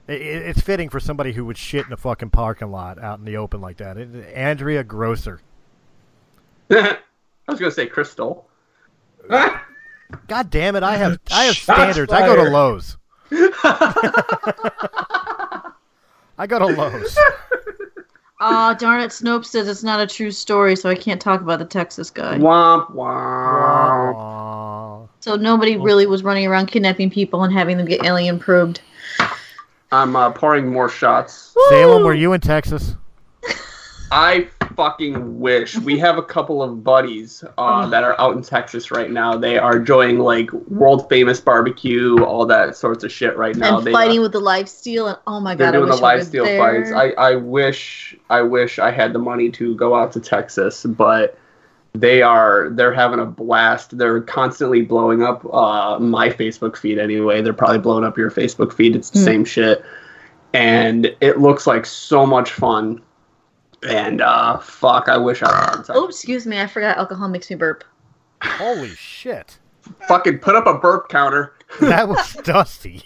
Speaker 3: It, it- it's fitting for somebody who would shit in a fucking parking lot out in the open like that. It, Andrea Grosser.
Speaker 5: I was gonna say Crystal.
Speaker 4: Ah!
Speaker 3: God damn it! I have I have
Speaker 4: Shots
Speaker 3: standards. I go to
Speaker 4: fired.
Speaker 3: Lowe's. I go to Lowe's.
Speaker 1: Oh darn it! Snopes says it's not a true story, so I can't talk about the Texas guy.
Speaker 5: Womp womp.
Speaker 3: Aw.
Speaker 1: So
Speaker 5: Oh.
Speaker 1: nobody really was running around kidnapping people and having them get alien probed.
Speaker 5: I'm uh, pouring more shots.
Speaker 3: Salem, were you in Texas?
Speaker 5: I fucking wish we have a couple of buddies uh, that are out in Texas right now. They are enjoying like world famous barbecue, all that sorts of shit right now.
Speaker 1: and
Speaker 5: They, uh,
Speaker 1: fighting with the live steel and oh my
Speaker 5: they're
Speaker 1: god,
Speaker 5: doing
Speaker 1: I
Speaker 5: the
Speaker 1: wish I
Speaker 5: live
Speaker 1: was
Speaker 5: steel
Speaker 1: there.
Speaker 5: fights. I, I wish I wish I had the money to go out to Texas, but they are they're having a blast. They're constantly blowing up uh, my Facebook feed anyway. They're probably blowing up your Facebook feed. It's the
Speaker 1: Hmm.
Speaker 5: same shit, and it looks like so much fun. And uh, fuck, I wish I was.
Speaker 1: oh, excuse me, I forgot alcohol makes me burp.
Speaker 3: Holy shit!
Speaker 5: Fucking put up a burp counter.
Speaker 3: That was dusty.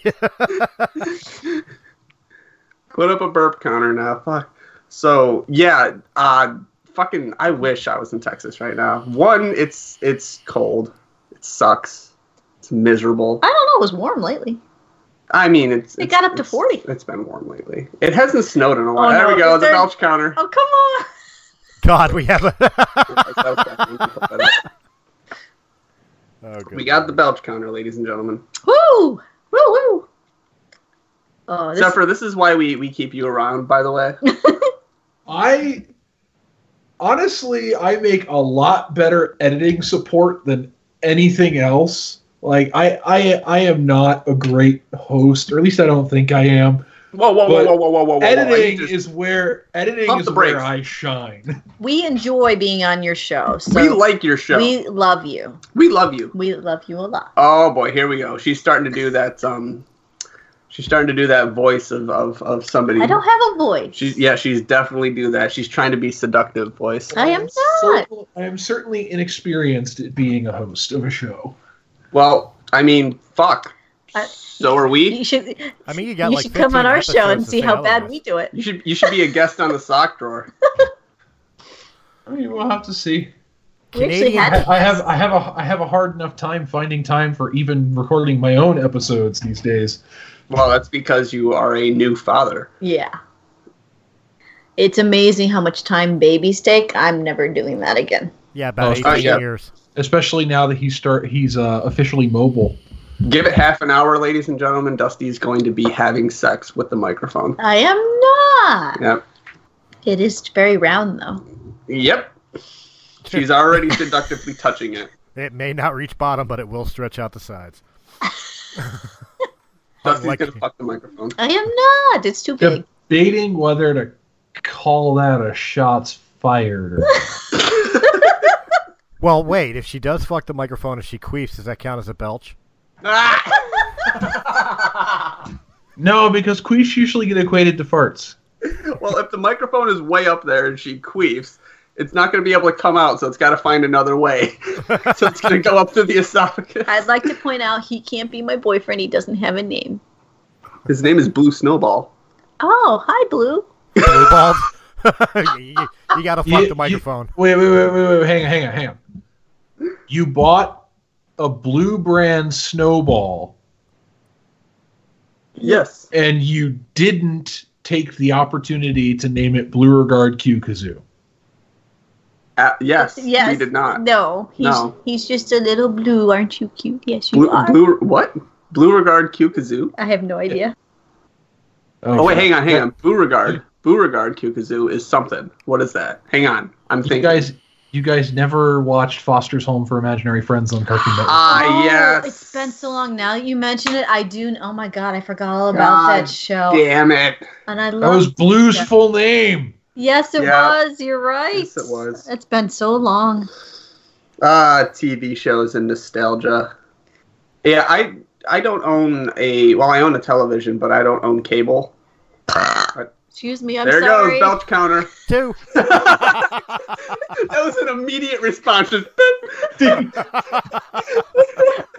Speaker 5: Put up a burp counter now. Fuck. So yeah, uh, fucking. I wish I was in Texas right now. One, it's it's cold. It sucks. It's miserable.
Speaker 1: I don't know, it was warm lately.
Speaker 5: I mean, it's
Speaker 1: It
Speaker 5: it's-
Speaker 1: got up to
Speaker 5: it's-
Speaker 1: 40.
Speaker 5: It's been warm lately. It hasn't snowed in a while.
Speaker 1: Oh,
Speaker 5: there
Speaker 1: no,
Speaker 5: we go.
Speaker 1: is
Speaker 5: The
Speaker 1: there-
Speaker 5: belch counter.
Speaker 1: Oh come on!
Speaker 3: God, we have a. Oh, good
Speaker 5: we got the
Speaker 3: lord.
Speaker 5: belch counter, ladies and gentlemen.
Speaker 1: Woo! Woo woo! Oh, this,
Speaker 5: Zephyr, this is why we, we keep you around, by the way.
Speaker 4: I honestly, I make a lot better editing support than anything else. Like I, I, I am not a great host, or at least I don't think I am.
Speaker 5: Whoa, whoa,
Speaker 4: But
Speaker 5: whoa, whoa, whoa, whoa, whoa, whoa!
Speaker 4: editing
Speaker 5: I just-
Speaker 4: is where editing
Speaker 5: Pump
Speaker 4: is
Speaker 5: the
Speaker 4: where
Speaker 5: brakes.
Speaker 4: I shine.
Speaker 1: we enjoy being on your show. So
Speaker 5: we like your show.
Speaker 1: we love you.
Speaker 5: we love you.
Speaker 1: We love you a lot.
Speaker 5: Oh boy, here we go. She's starting to do that. Um, she's starting to do that voice of of, of somebody.
Speaker 1: I don't have a voice.
Speaker 5: She's yeah, she's definitely do that. She's trying to be seductive voice.
Speaker 1: I am not.
Speaker 4: Cer- I am certainly inexperienced at being a host of a show.
Speaker 5: Well, I mean, fuck.
Speaker 1: I-
Speaker 5: so are
Speaker 1: You
Speaker 5: we.
Speaker 1: should.
Speaker 3: I mean, you got
Speaker 1: you
Speaker 3: like
Speaker 1: should come
Speaker 3: 15
Speaker 1: on our show and
Speaker 3: episodes to
Speaker 1: see
Speaker 3: say
Speaker 1: how bad
Speaker 3: otherwise.
Speaker 1: we do it.
Speaker 5: You should you should be a guest on the sock drawer.
Speaker 4: I mean, we'll have to see.
Speaker 1: We actually
Speaker 3: Canadian-
Speaker 4: I,
Speaker 1: had-
Speaker 4: I have, I have a, I have a hard enough time finding time for even recording my own episodes these days.
Speaker 5: Well, that's because you are a new father.
Speaker 1: Yeah. It's amazing how much time babies take. I'm never doing that again.
Speaker 3: Yeah, about
Speaker 4: Oh,
Speaker 3: 18
Speaker 5: sorry, yeah.
Speaker 3: years.
Speaker 4: Especially now that he start, he's uh, officially mobile.
Speaker 5: Give it half an hour, ladies and gentlemen. Dusty's going to be having sex with the microphone.
Speaker 1: I am not.
Speaker 5: Yep.
Speaker 1: It is very round though.
Speaker 5: Yep. She's already seductively touching it.
Speaker 3: It may not reach bottom, but it will stretch out the sides.
Speaker 5: Dusty's
Speaker 3: Like-
Speaker 5: gonna fuck the microphone.
Speaker 1: I am not. It's too big.
Speaker 4: Debating whether to call that a shots fired. Or...
Speaker 3: Well, wait. If she does fuck the microphone, if she queefs, does that count as a belch?
Speaker 5: Ah!
Speaker 4: No, because queefs usually get equated to farts.
Speaker 5: well, if the microphone is way up there and she queefs, it's not going to be able to come out, so it's got to find another way. so it's going to go up through the esophagus.
Speaker 1: I'd like to point out he can't be my boyfriend. He doesn't have a name.
Speaker 5: His name is Blue Snowball.
Speaker 1: Oh, hi, Blue.
Speaker 3: Blue balls. you, you- you gotta fuck
Speaker 4: You-
Speaker 3: the microphone.
Speaker 4: You, wait, wait, wait, wait, wait, hang on, hang on, hang on. You bought a blue brand snowball
Speaker 5: Yes.
Speaker 4: and you didn't take the opportunity to name it Blue Regard Q Kazoo.
Speaker 5: Uh, yes.
Speaker 1: Yes.
Speaker 5: He did not.
Speaker 1: No, he's
Speaker 5: No.
Speaker 1: he's just a little blue. Aren't you cute? Yes, you
Speaker 5: Blue,
Speaker 1: are.
Speaker 5: blue, what? Blue Regard Q Kazoo?
Speaker 1: I have no idea.
Speaker 5: Oh, wait, hang on, hang on. Blue Regard. Blue Regard Q Kazoo is something. What is that? Hang on. I'm
Speaker 4: You
Speaker 5: thinking.
Speaker 4: guys, you guys never watched Foster's Home for Imaginary Friends on Cartoon Network.
Speaker 5: Ah,
Speaker 1: Oh,
Speaker 5: yes.
Speaker 1: It's been so long. Now that you mention it, I do. Oh my god, I forgot all about
Speaker 5: God
Speaker 1: that show.
Speaker 5: Damn it.
Speaker 1: And I
Speaker 4: That
Speaker 1: love.
Speaker 4: was Blue's full name.
Speaker 1: yes, it
Speaker 5: Yeah.
Speaker 1: was. You're right.
Speaker 5: Yes, it was.
Speaker 1: It's been so long.
Speaker 5: Ah, TV shows and nostalgia. Yeah, I I don't own a well, I own a television, but I don't own cable.
Speaker 1: Excuse me. I'm
Speaker 5: there
Speaker 1: sorry.
Speaker 5: goes belch counter.
Speaker 3: Two.
Speaker 5: That was an immediate response. Just beep.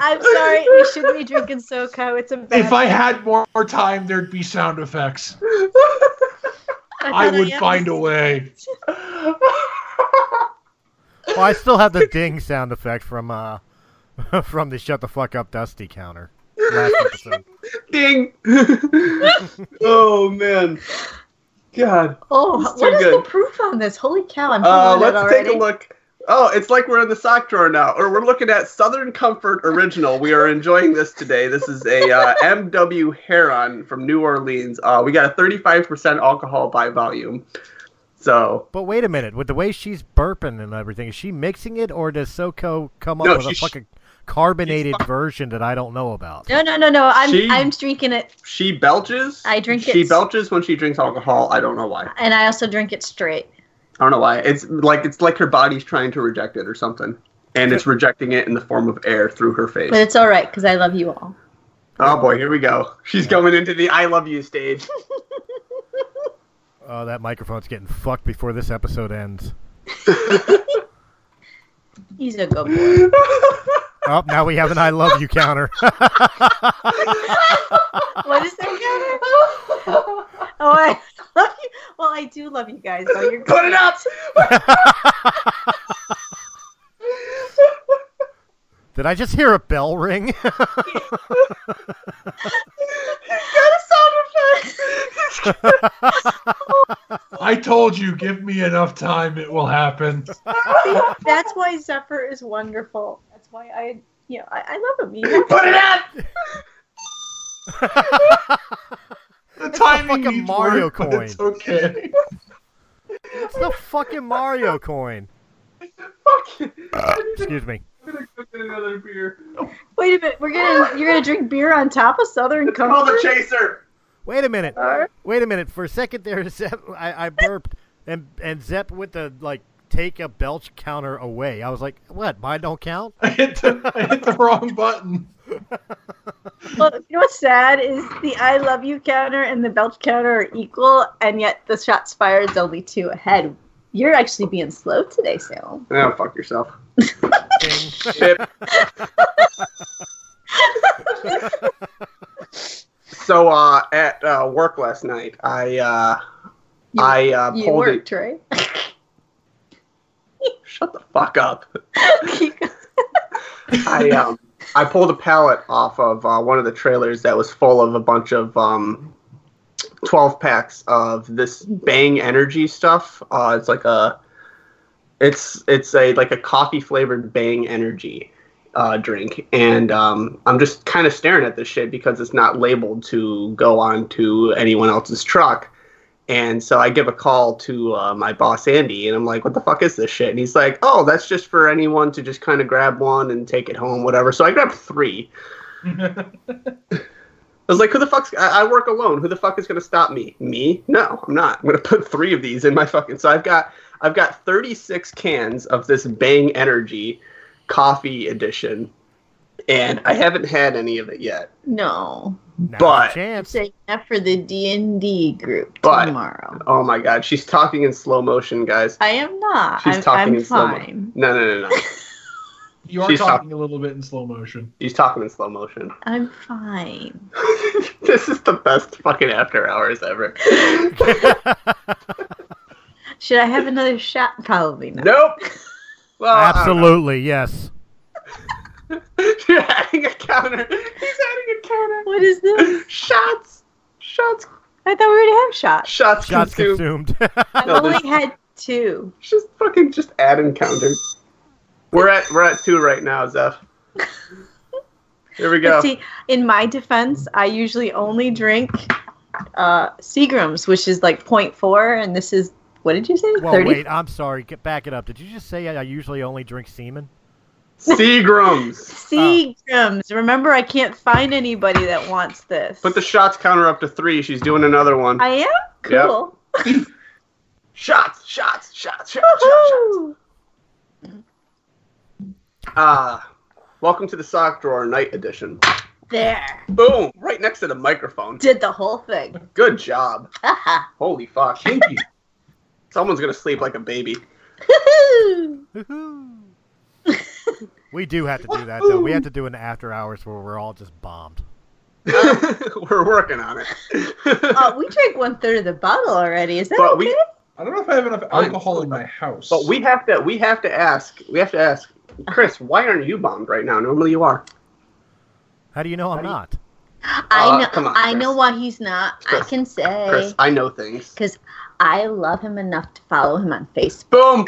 Speaker 1: I'm sorry. We shouldn't be drinking SoCo. It's a bad.
Speaker 4: If I had more time, there'd be sound effects. I
Speaker 1: thought
Speaker 4: would
Speaker 1: am-
Speaker 4: find a way.
Speaker 3: Well, I still have the ding sound effect from uh from the shut the fuck up Dusty counter. Last episode.
Speaker 5: Ding. oh man. God.
Speaker 1: Oh,
Speaker 5: It's
Speaker 1: what
Speaker 5: too
Speaker 1: is
Speaker 5: good.
Speaker 1: the proof on this? Holy cow! I'm
Speaker 5: Uh,
Speaker 1: feeling it
Speaker 5: let's
Speaker 1: already.
Speaker 5: take a look. Oh, it's like we're in the sock drawer now, or we're looking at Southern Comfort Original. We are enjoying this today. This is a uh, M.W. Heron from New Orleans. Uh, we got a 35% alcohol by volume. So,
Speaker 3: But wait a minute, with the way she's burping and everything, is she mixing it or does SoCo come up
Speaker 5: No,
Speaker 3: with a
Speaker 5: she's-
Speaker 3: fucking carbonated version that I don't know about?
Speaker 1: No, no, no, no. I'm
Speaker 5: She-
Speaker 1: I'm drinking it,
Speaker 5: she belches.
Speaker 1: I drink
Speaker 5: She
Speaker 1: it.
Speaker 5: belches when she drinks alcohol. I don't know why. I
Speaker 1: and I also drink it straight.
Speaker 5: don't know why. It's like it's like her body's trying to reject it or something, and it's rejecting it in the form of air through her face.
Speaker 1: But it's all right because I love you all.
Speaker 5: Oh boy, here we go. She's going into the "I love you" stage.
Speaker 3: Oh, that microphone's getting fucked before this episode ends.
Speaker 1: He's a good boy.
Speaker 3: Oh, now we have an I love you counter.
Speaker 1: what is that? Gunnar? oh, I love you. Well, I do love you guys. Though. You're
Speaker 5: Put it up.
Speaker 3: Did I just hear a bell ring?
Speaker 1: got a sound effect.
Speaker 4: I told you, give me enough time, it will happen.
Speaker 1: See, That's why Zephyr is wonderful. That's why I, you know, I, I love him. You know?
Speaker 5: Put it up.
Speaker 4: The
Speaker 3: a
Speaker 4: timing
Speaker 3: fucking
Speaker 4: needs
Speaker 3: Mario
Speaker 4: work, but It's okay.
Speaker 3: it's the fucking Mario coin.
Speaker 5: Fuck.
Speaker 3: Uh, Excuse me.
Speaker 5: I'm gonna go get another beer.
Speaker 1: Wait a minute. We're gonna you're gonna drink beer on top of Southern
Speaker 5: Call the
Speaker 1: Comfort.
Speaker 5: chaser.
Speaker 3: Wait a minute.
Speaker 1: Alright.
Speaker 3: Wait a minute. For a second there, Zep, I, I burped, and and Zep with the like take a belch counter away. I was like, what? Mine don't count.
Speaker 4: I hit the, I hit the wrong button.
Speaker 1: Well, you know what's sad is the I love you counter and the belch counter are equal, and yet the shots fired is only two ahead. You're actually being slow today, Sam.
Speaker 5: Oh, fuck yourself.
Speaker 3: Ding.
Speaker 5: so uh, at uh, work last night, I uh,
Speaker 1: You,
Speaker 5: I uh,
Speaker 1: you
Speaker 5: pulled
Speaker 1: worked, right?
Speaker 5: it. Shut the fuck up.
Speaker 1: Keep going.
Speaker 5: I um, I pulled a pallet off of uh, one of the trailers that was full of a bunch of um, twelve packs of this Bang Energy stuff. Uh, it's like a, it's it's a like a coffee flavored Bang Energy uh, drink, and um, I'm just kind of staring at this shit because it's not labeled to go on to anyone else's truck. And so I give a call to uh, my boss Andy, and I'm like, "What the fuck is this shit?" And he's like, "Oh, that's just for anyone to just kind of grab one and take it home, whatever." So I grabbed three. I was like, "Who the fuck's? I, I work alone. Who the fuck is gonna stop me? Me? No, I'm not. I'm gonna put three of these in my fucking. So I've got I've got 36 cans of this Bang Energy coffee edition, and I haven't had any of it yet.
Speaker 1: No.
Speaker 3: Not a
Speaker 5: But-
Speaker 1: I'm
Speaker 3: chance.
Speaker 1: saying that for the D and D group
Speaker 5: But-
Speaker 1: tomorrow.
Speaker 5: Oh my god, she's talking in slow motion, guys.
Speaker 1: I am not.
Speaker 5: She's
Speaker 1: I'm,
Speaker 5: talking
Speaker 1: I'm
Speaker 5: in slow mo.
Speaker 1: fine.
Speaker 5: No, no, no, no.
Speaker 4: You are
Speaker 5: She's
Speaker 4: talking a little bit in slow motion.
Speaker 5: She's talking in slow motion.
Speaker 1: I'm fine.
Speaker 5: this is the best fucking after hours ever.
Speaker 1: Should I have another shot? Probably not.
Speaker 5: nope. Well, I don't know.
Speaker 3: Absolutely, yes.
Speaker 5: You're adding a counter. He's adding a counter.
Speaker 1: What is this?
Speaker 5: Shots. Shots.
Speaker 1: I thought we already have shots.
Speaker 5: Shots,
Speaker 3: Shots
Speaker 5: consumed.
Speaker 3: consumed.
Speaker 1: I've
Speaker 5: No,
Speaker 1: only
Speaker 5: there's-
Speaker 1: had two.
Speaker 5: Just fucking just add and counter. We're at we're at two right now, Zeph. Here we go.
Speaker 1: But see, in my defense, I usually only drink uh, Seagrams, which is like 0.4, and this is what did you say?
Speaker 3: well,
Speaker 1: 30?
Speaker 3: wait, I'm sorry. Get back it up. Did you just say I usually only drink semen?
Speaker 5: Seagrams.
Speaker 1: Seagrams. Remember, I can't find anybody that wants this.
Speaker 5: Put the shots counter up to three. She's doing another one.
Speaker 1: I am
Speaker 5: Yep.
Speaker 1: cool.
Speaker 5: Shots, shots, shots, shots, shots, shots.
Speaker 1: Woo!
Speaker 5: Ah, welcome to the sock drawer night edition.
Speaker 1: There,
Speaker 5: Boom! Right next to the microphone.
Speaker 1: did the whole thing.
Speaker 5: Good job.
Speaker 1: Haha.
Speaker 5: Holy fuck!
Speaker 4: Kinky.
Speaker 5: Someone's gonna sleep like a baby.
Speaker 1: Woohoo.
Speaker 3: Woohoo. we do have to do that though. We have to do an after hours where we're all just bombed.
Speaker 1: Uh,
Speaker 5: We're working on it.
Speaker 1: oh, we drank one third of the bottle already. Is that
Speaker 5: But
Speaker 1: okay?
Speaker 5: we-
Speaker 4: I don't know if I have enough alcohol in my house.
Speaker 5: Oh, But we have to we have to ask we have to ask Chris why aren't you bombed right now? Normally you are.
Speaker 3: How do you know I'm not?
Speaker 5: Uh,
Speaker 1: I know.
Speaker 5: come on,
Speaker 1: I know
Speaker 5: Chris.
Speaker 1: why he's not.
Speaker 5: Chris,
Speaker 1: I can say
Speaker 5: Chris, I know things.
Speaker 1: because I love him enough to follow him on Facebook.
Speaker 5: Boom!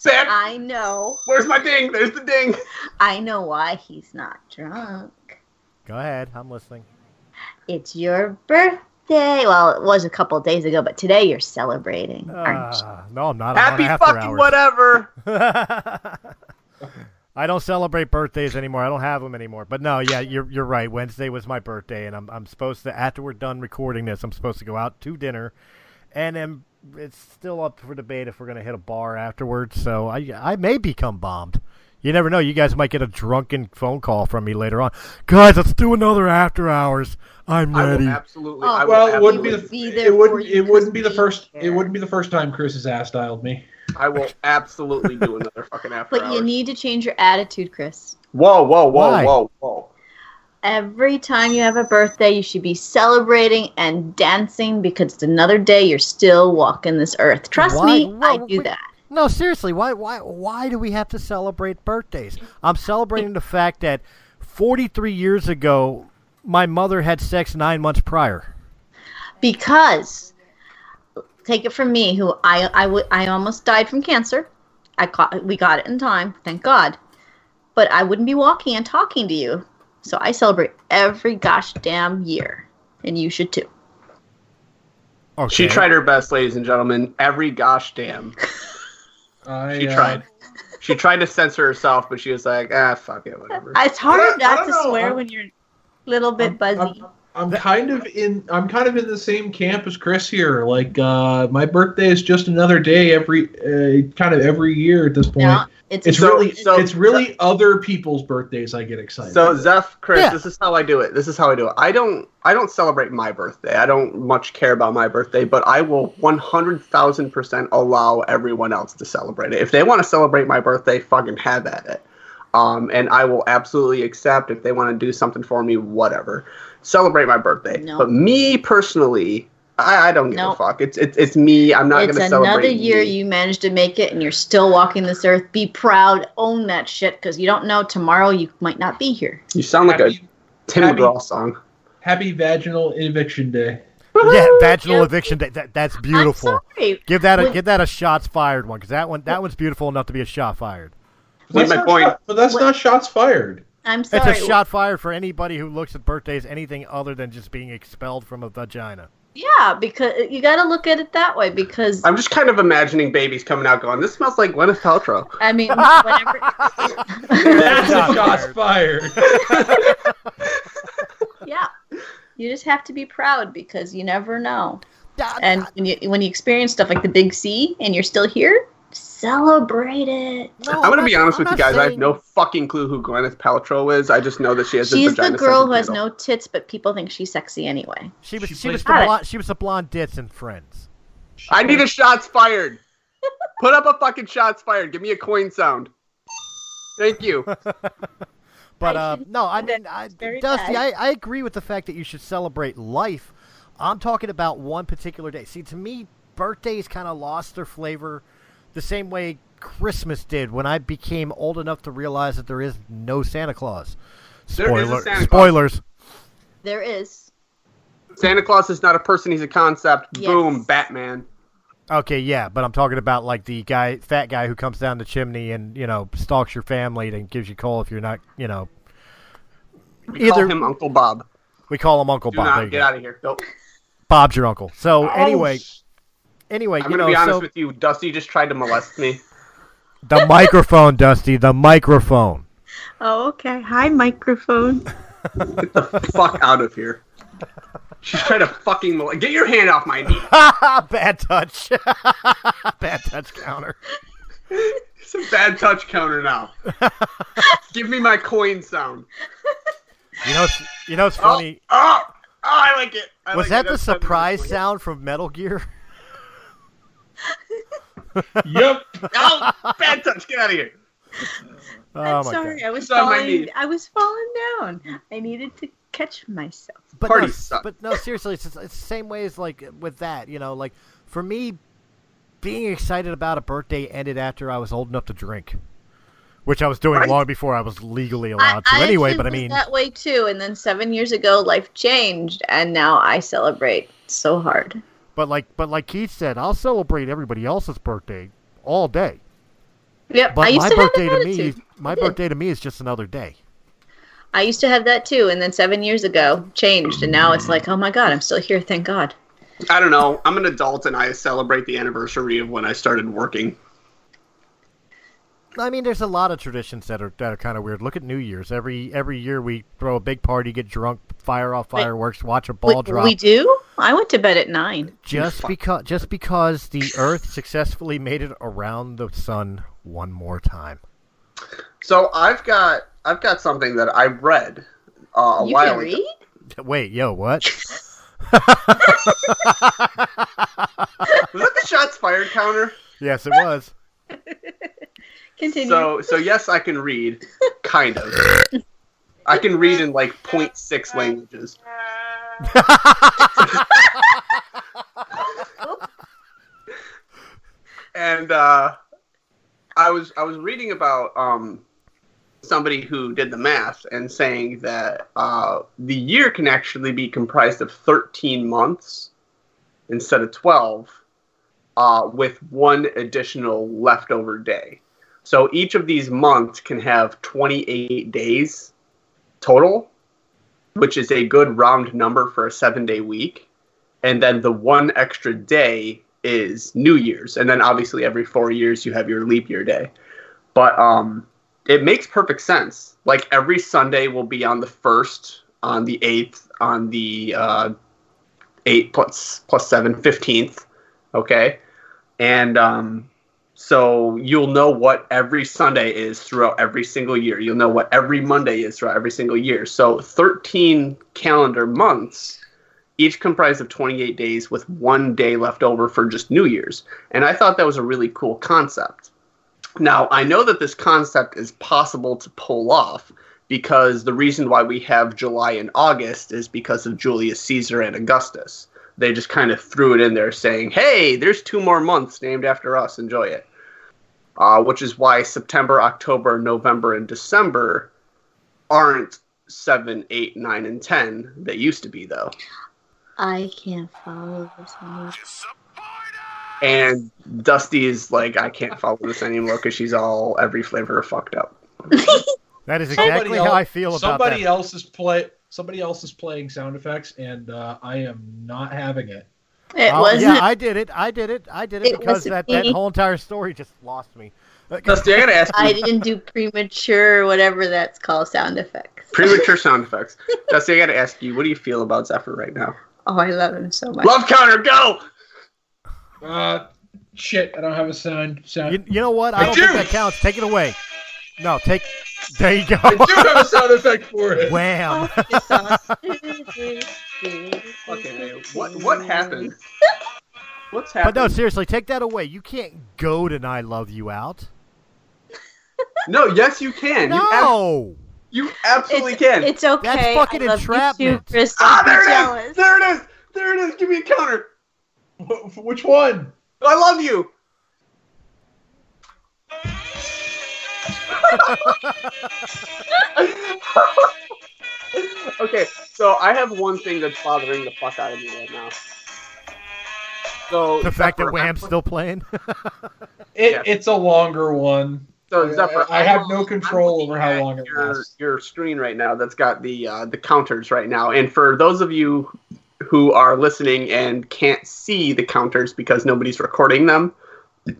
Speaker 5: Zach,
Speaker 1: I know.
Speaker 5: where's my ding? There's the ding.
Speaker 1: I know why he's not drunk.
Speaker 3: Go ahead. I'm listening.
Speaker 1: It's your birthday. Well, it was a couple days ago, but today you're celebrating. aren't you?
Speaker 3: Ah, no, I'm not. I'm on
Speaker 5: Happy
Speaker 3: after
Speaker 5: fucking
Speaker 3: hours.
Speaker 5: whatever.
Speaker 3: I don't celebrate birthdays anymore. I don't have them anymore. But no, yeah, you're you're right. Wednesday was my birthday, and I'm I'm supposed to after we're done recording this, I'm supposed to go out to dinner, and then it's still up for debate if we're gonna hit a bar afterwards. So I I may become bombed. You never know. You guys might get a drunken phone call from me later on. Guys, let's do another after hours. I'm
Speaker 5: I
Speaker 3: ready.
Speaker 5: will absolutely.
Speaker 1: Oh,
Speaker 5: I will
Speaker 4: well, it wouldn't be,
Speaker 5: absolutely-
Speaker 1: would
Speaker 4: the,
Speaker 1: be there
Speaker 4: it wouldn't
Speaker 1: for you
Speaker 4: it wouldn't be the
Speaker 1: 'cause
Speaker 4: first
Speaker 1: we
Speaker 4: it
Speaker 1: care.
Speaker 4: wouldn't be the first time Chris has ass dialed me.
Speaker 5: I will absolutely do another fucking after
Speaker 1: But you
Speaker 5: hours.
Speaker 1: need to change your attitude, Chris.
Speaker 5: whoa, whoa, whoa,
Speaker 3: Why?
Speaker 5: whoa, whoa.
Speaker 1: Every time you have a birthday, you should be celebrating and dancing because it's another day you're still walking this earth. Trust
Speaker 3: Why-
Speaker 1: me,
Speaker 3: why-
Speaker 1: I do
Speaker 3: wait.
Speaker 1: that.
Speaker 3: No, seriously, why why why do we have to celebrate birthdays? I'm celebrating the fact that 43 years ago my mother had sex 9 months prior.
Speaker 1: because take it from me who I I would I almost died from cancer i caught we got it in time thank god but i wouldn't be walking and talking to you so i celebrate every gosh damn year and you should too
Speaker 3: Okay.
Speaker 5: She tried her best, ladies and gentlemen. Every gosh damn,
Speaker 4: I,
Speaker 5: she
Speaker 4: uh,
Speaker 5: tried. She tried to censor herself, but she was like, ah, fuck it, whatever.
Speaker 1: it's
Speaker 4: I
Speaker 1: hard
Speaker 4: don't- I
Speaker 1: not
Speaker 4: don't
Speaker 1: to
Speaker 4: know.
Speaker 1: swear
Speaker 4: I'm-
Speaker 1: when you're a little bit
Speaker 4: I'm-
Speaker 1: buzzy
Speaker 4: I'm kind of in I'm kind of in the same camp as Chris here. Like uh, my birthday is just another day every uh, kind of every year at this point.
Speaker 1: no, it's,
Speaker 4: It's
Speaker 5: So-
Speaker 4: really
Speaker 5: so-
Speaker 4: it's really other people's birthdays I get excited.
Speaker 5: So Zeph, Chris,
Speaker 3: Yeah.
Speaker 5: this is how I do it. This is how I do it. I don't I don't celebrate my birthday. I don't much care about my birthday, but I will one hundred thousand percent allow everyone else to celebrate it. If they want to celebrate my birthday, fucking have at it. Um, and I will absolutely accept if they want to do something for me, whatever. Celebrate my birthday.
Speaker 1: No.
Speaker 5: But me personally, I, I don't give
Speaker 1: No.
Speaker 5: a fuck. It's it's it's me. I'm not
Speaker 1: it's
Speaker 5: gonna celebrate.
Speaker 1: another year
Speaker 5: me.
Speaker 1: you managed to make it and you're still walking this earth be proud own that shit because you don't know tomorrow you might not be here
Speaker 5: You sound like a
Speaker 4: happy,
Speaker 5: Tim
Speaker 4: happy-
Speaker 5: McGraw song.
Speaker 4: happy vaginal eviction day.
Speaker 3: Yeah, vaginal
Speaker 1: Yeah.
Speaker 3: eviction that, that that's beautiful.
Speaker 1: i'm sorry
Speaker 3: Give that a
Speaker 1: When-
Speaker 3: give that a shots fired one cuz that one that one's beautiful enough to be a shot fired.
Speaker 4: But that's
Speaker 5: my
Speaker 4: not
Speaker 5: point.
Speaker 4: shot- but that's
Speaker 1: What-
Speaker 4: not shots fired.
Speaker 1: i'm sorry
Speaker 3: It's a shot fired for anybody who looks at birthdays anything other than just being expelled from a vagina.
Speaker 1: Yeah, because you got to look at it that way. Because
Speaker 5: I'm just kind of imagining babies coming out going, this smells like Gwyneth Paltrow.
Speaker 1: I mean, whenever
Speaker 4: That's
Speaker 3: shot
Speaker 4: a shots fired.
Speaker 1: yeah, you just have to be proud because you never know.
Speaker 3: Yeah,
Speaker 5: Eh,
Speaker 1: And when you when you experience stuff like the Big C and you're still here, Celebrate it.
Speaker 3: No,
Speaker 5: I'm gonna
Speaker 3: not-
Speaker 5: be honest
Speaker 3: I'm
Speaker 5: with you
Speaker 3: not
Speaker 5: guys. I have
Speaker 3: saying-
Speaker 5: no fucking clue who Gwyneth Paltrow is. I just know that she has.
Speaker 1: She's
Speaker 5: a vagina
Speaker 1: the girl
Speaker 5: scented
Speaker 1: who has
Speaker 5: candle.
Speaker 1: no tits, but people think she's sexy anyway.
Speaker 3: She was
Speaker 2: She
Speaker 3: she, was the
Speaker 2: plays-
Speaker 3: blonde, she was the blonde ditz in Friends.
Speaker 5: I need a shots fired. Put up a fucking shots fired. Give me a coin sound. Thank you.
Speaker 3: But
Speaker 1: I
Speaker 3: uh,
Speaker 1: shouldn't
Speaker 3: no, I
Speaker 1: say that.
Speaker 3: mean, I,
Speaker 1: It's very
Speaker 3: Dusty, I,
Speaker 1: bad.
Speaker 3: I agree with the fact that you should celebrate life. I'm talking about one particular day. See, to me, birthdays kind of lost their flavor the same way Christmas did when I became old enough to realize that there is no Santa Claus.
Speaker 5: There is a
Speaker 3: Spoiler,
Speaker 5: Santa Claus.
Speaker 3: spoilers.
Speaker 1: There is.
Speaker 5: Santa Claus is not a person. He's a concept.
Speaker 1: Yes.
Speaker 5: Boom, Batman.
Speaker 3: Okay, yeah, but I'm talking about like the guy, fat guy who comes down the chimney and you know stalks your family and gives you a call if you're not, you know,
Speaker 5: We call
Speaker 3: Either-
Speaker 5: him Uncle Bob.
Speaker 3: we call him Uncle
Speaker 5: Do
Speaker 3: Bob. There
Speaker 5: not
Speaker 3: you
Speaker 5: get
Speaker 3: go.
Speaker 5: out of here. Nope.
Speaker 3: Bob's your uncle. So
Speaker 4: Oh,
Speaker 3: anyway, anyway,
Speaker 5: I'm
Speaker 3: you
Speaker 5: gonna
Speaker 3: know,
Speaker 5: be honest
Speaker 3: so
Speaker 5: with you. Dusty just tried to molest me.
Speaker 3: the microphone, Dusty, the microphone.
Speaker 1: Oh, okay. Hi, microphone.
Speaker 5: Get the fuck out of here. She's trying to fucking mol- get your hand off my knee.
Speaker 3: Bad touch. Bad touch counter.
Speaker 5: It's a bad touch counter now. Give me my coin sound.
Speaker 3: You know, it's, you know, it's funny.
Speaker 5: Oh, oh, I like it. I
Speaker 3: Was
Speaker 5: like
Speaker 3: that the
Speaker 5: it. That's- that's-
Speaker 3: surprise sound from Metal Gear?
Speaker 4: yep.
Speaker 5: Oh, bad touch. Get out of here.
Speaker 3: Oh
Speaker 1: I'm
Speaker 3: my
Speaker 1: sorry.
Speaker 3: god!
Speaker 1: I was
Speaker 5: It's on my
Speaker 1: falling.
Speaker 5: knee.
Speaker 1: I was falling down. I needed to catch myself.
Speaker 3: But
Speaker 5: Party
Speaker 3: no,
Speaker 5: sucked.
Speaker 3: but no, seriously, it's, it's the same way as like with that. You know, like for me, being excited about a birthday ended after I was old enough to drink, which I was doing
Speaker 5: Right.
Speaker 3: long before I was legally allowed to. anyway,
Speaker 1: actually
Speaker 3: but I
Speaker 1: was
Speaker 3: mean,
Speaker 1: that way too. And then seven years ago, life changed, and now I celebrate so hard.
Speaker 3: But like, but like Keith said, I'll celebrate everybody else's birthday all day.
Speaker 1: Yep, I
Speaker 3: But
Speaker 1: used
Speaker 3: my
Speaker 1: to have
Speaker 3: birthday
Speaker 1: that
Speaker 3: to me,
Speaker 1: attitude.
Speaker 3: my
Speaker 1: did.
Speaker 3: birthday to me is just another day.
Speaker 1: I used to have that too, and then seven years ago changed, and now it's like, oh my god, I'm still here. Thank God.
Speaker 5: I don't know. I'm an adult and I celebrate the anniversary of when I started working.
Speaker 3: I mean, there's a lot of traditions that are that are kind of weird. Look at New Year's. Every every year we throw a big party, get drunk, fire off
Speaker 1: Wait.
Speaker 3: fireworks, watch a ball
Speaker 1: we,
Speaker 3: drop.
Speaker 1: we do. I went to bed at nine.
Speaker 3: just because just because the Earth successfully made it around the sun one more time.
Speaker 5: So I've got I've got something that I read uh, a
Speaker 1: you can
Speaker 5: while ago.
Speaker 1: read.
Speaker 3: Wait, yo, what?
Speaker 5: Was that the shots fired counter?
Speaker 3: yes, it was.
Speaker 1: Continue.
Speaker 5: So so yes, I can read, kind of. I can read in like 0.6 languages. and uh, I was I was reading about um, somebody who did the math and saying that uh, the year can actually be comprised of 13 months instead of 12, uh, with one additional leftover day. So each of these months can have 28 days total, which is a good round number for a seven day week. And then the one extra day is New Year's. And then obviously every four years you have your leap year day. But um, it makes perfect sense. Like every Sunday will be on the first, on the eighth, on the uh, eight plus plus seven, 15th. Okay. And um, so you'll know what every Sunday is throughout every single year. You'll know what every Monday is throughout every single year. So 13 calendar months, each comprised of 28 days with one day left over for just New Year's. And I thought that was a really cool concept. Now, I know that this concept is possible to pull off because the reason why we have July and August is because of Julius Caesar and Augustus. They just kind of threw it in there saying, hey, there's two more months named after us. Enjoy it uh, which is why September, October, November, and December aren't 7, 8, 9, and 10. They used to be, though.
Speaker 1: I can't follow this anymore.
Speaker 5: And Dusty is like, I can't follow this anymore because she's all every flavor fucked up.
Speaker 3: That is
Speaker 4: Somebody
Speaker 3: exactly
Speaker 4: else-
Speaker 3: how I feel about
Speaker 4: somebody
Speaker 3: that.
Speaker 4: else is play. Somebody else is playing sound effects, and uh, I am not having it.
Speaker 1: It
Speaker 3: Oh,
Speaker 1: wasn't.
Speaker 3: yeah, I did it. I did it. I did it,
Speaker 1: It
Speaker 3: because
Speaker 1: wasn't
Speaker 3: that, that
Speaker 1: me.
Speaker 3: whole entire story just lost me.
Speaker 5: Dusty, I gotta ask
Speaker 1: I
Speaker 5: you
Speaker 1: didn't do premature, whatever that's called, sound effects.
Speaker 5: premature sound effects. Dusty, I gotta ask you, what do you feel about Zephyr right now?
Speaker 1: Oh, I love him so much.
Speaker 5: Love counter, go!
Speaker 4: Uh, Shit, I don't have a sound.
Speaker 5: Uh,
Speaker 4: sound.
Speaker 3: You, you know what? I
Speaker 4: I
Speaker 3: don't think
Speaker 4: do.
Speaker 3: that counts. Take it away. No, take. There you go.
Speaker 4: I do have a sound effect for it.
Speaker 3: Wham.
Speaker 5: Fucking A. What what happened? What's
Speaker 3: But
Speaker 5: happened?
Speaker 3: no, seriously, take that away. You can't go to I Love You Out.
Speaker 5: no, yes you can. You, ab-
Speaker 3: No!
Speaker 5: you absolutely
Speaker 1: It's,
Speaker 5: can.
Speaker 1: it's okay.
Speaker 3: That's fucking
Speaker 1: I love You too,
Speaker 3: entrapment.
Speaker 1: Chris. Don't
Speaker 5: ah,
Speaker 1: be
Speaker 5: there it is.
Speaker 1: jealous.
Speaker 5: There it is. There it is. Give me a counter.
Speaker 4: Wh- Which one?
Speaker 5: I love you. okay, so I have one thing that's bothering the fuck out of me right now. So
Speaker 3: The fact that
Speaker 5: Zephyr,
Speaker 3: Wham's still playing.
Speaker 4: It,
Speaker 5: Yeah.
Speaker 4: It's a longer one.
Speaker 5: So
Speaker 4: I-
Speaker 5: Zephyr,
Speaker 4: I have no
Speaker 5: I'm
Speaker 4: control
Speaker 5: looking
Speaker 4: over how
Speaker 5: at
Speaker 4: long it
Speaker 5: your,
Speaker 4: lasts.
Speaker 5: Your screen right now that's got the uh, the counters right now, and for those of you who are listening and can't see the counters because nobody's recording them,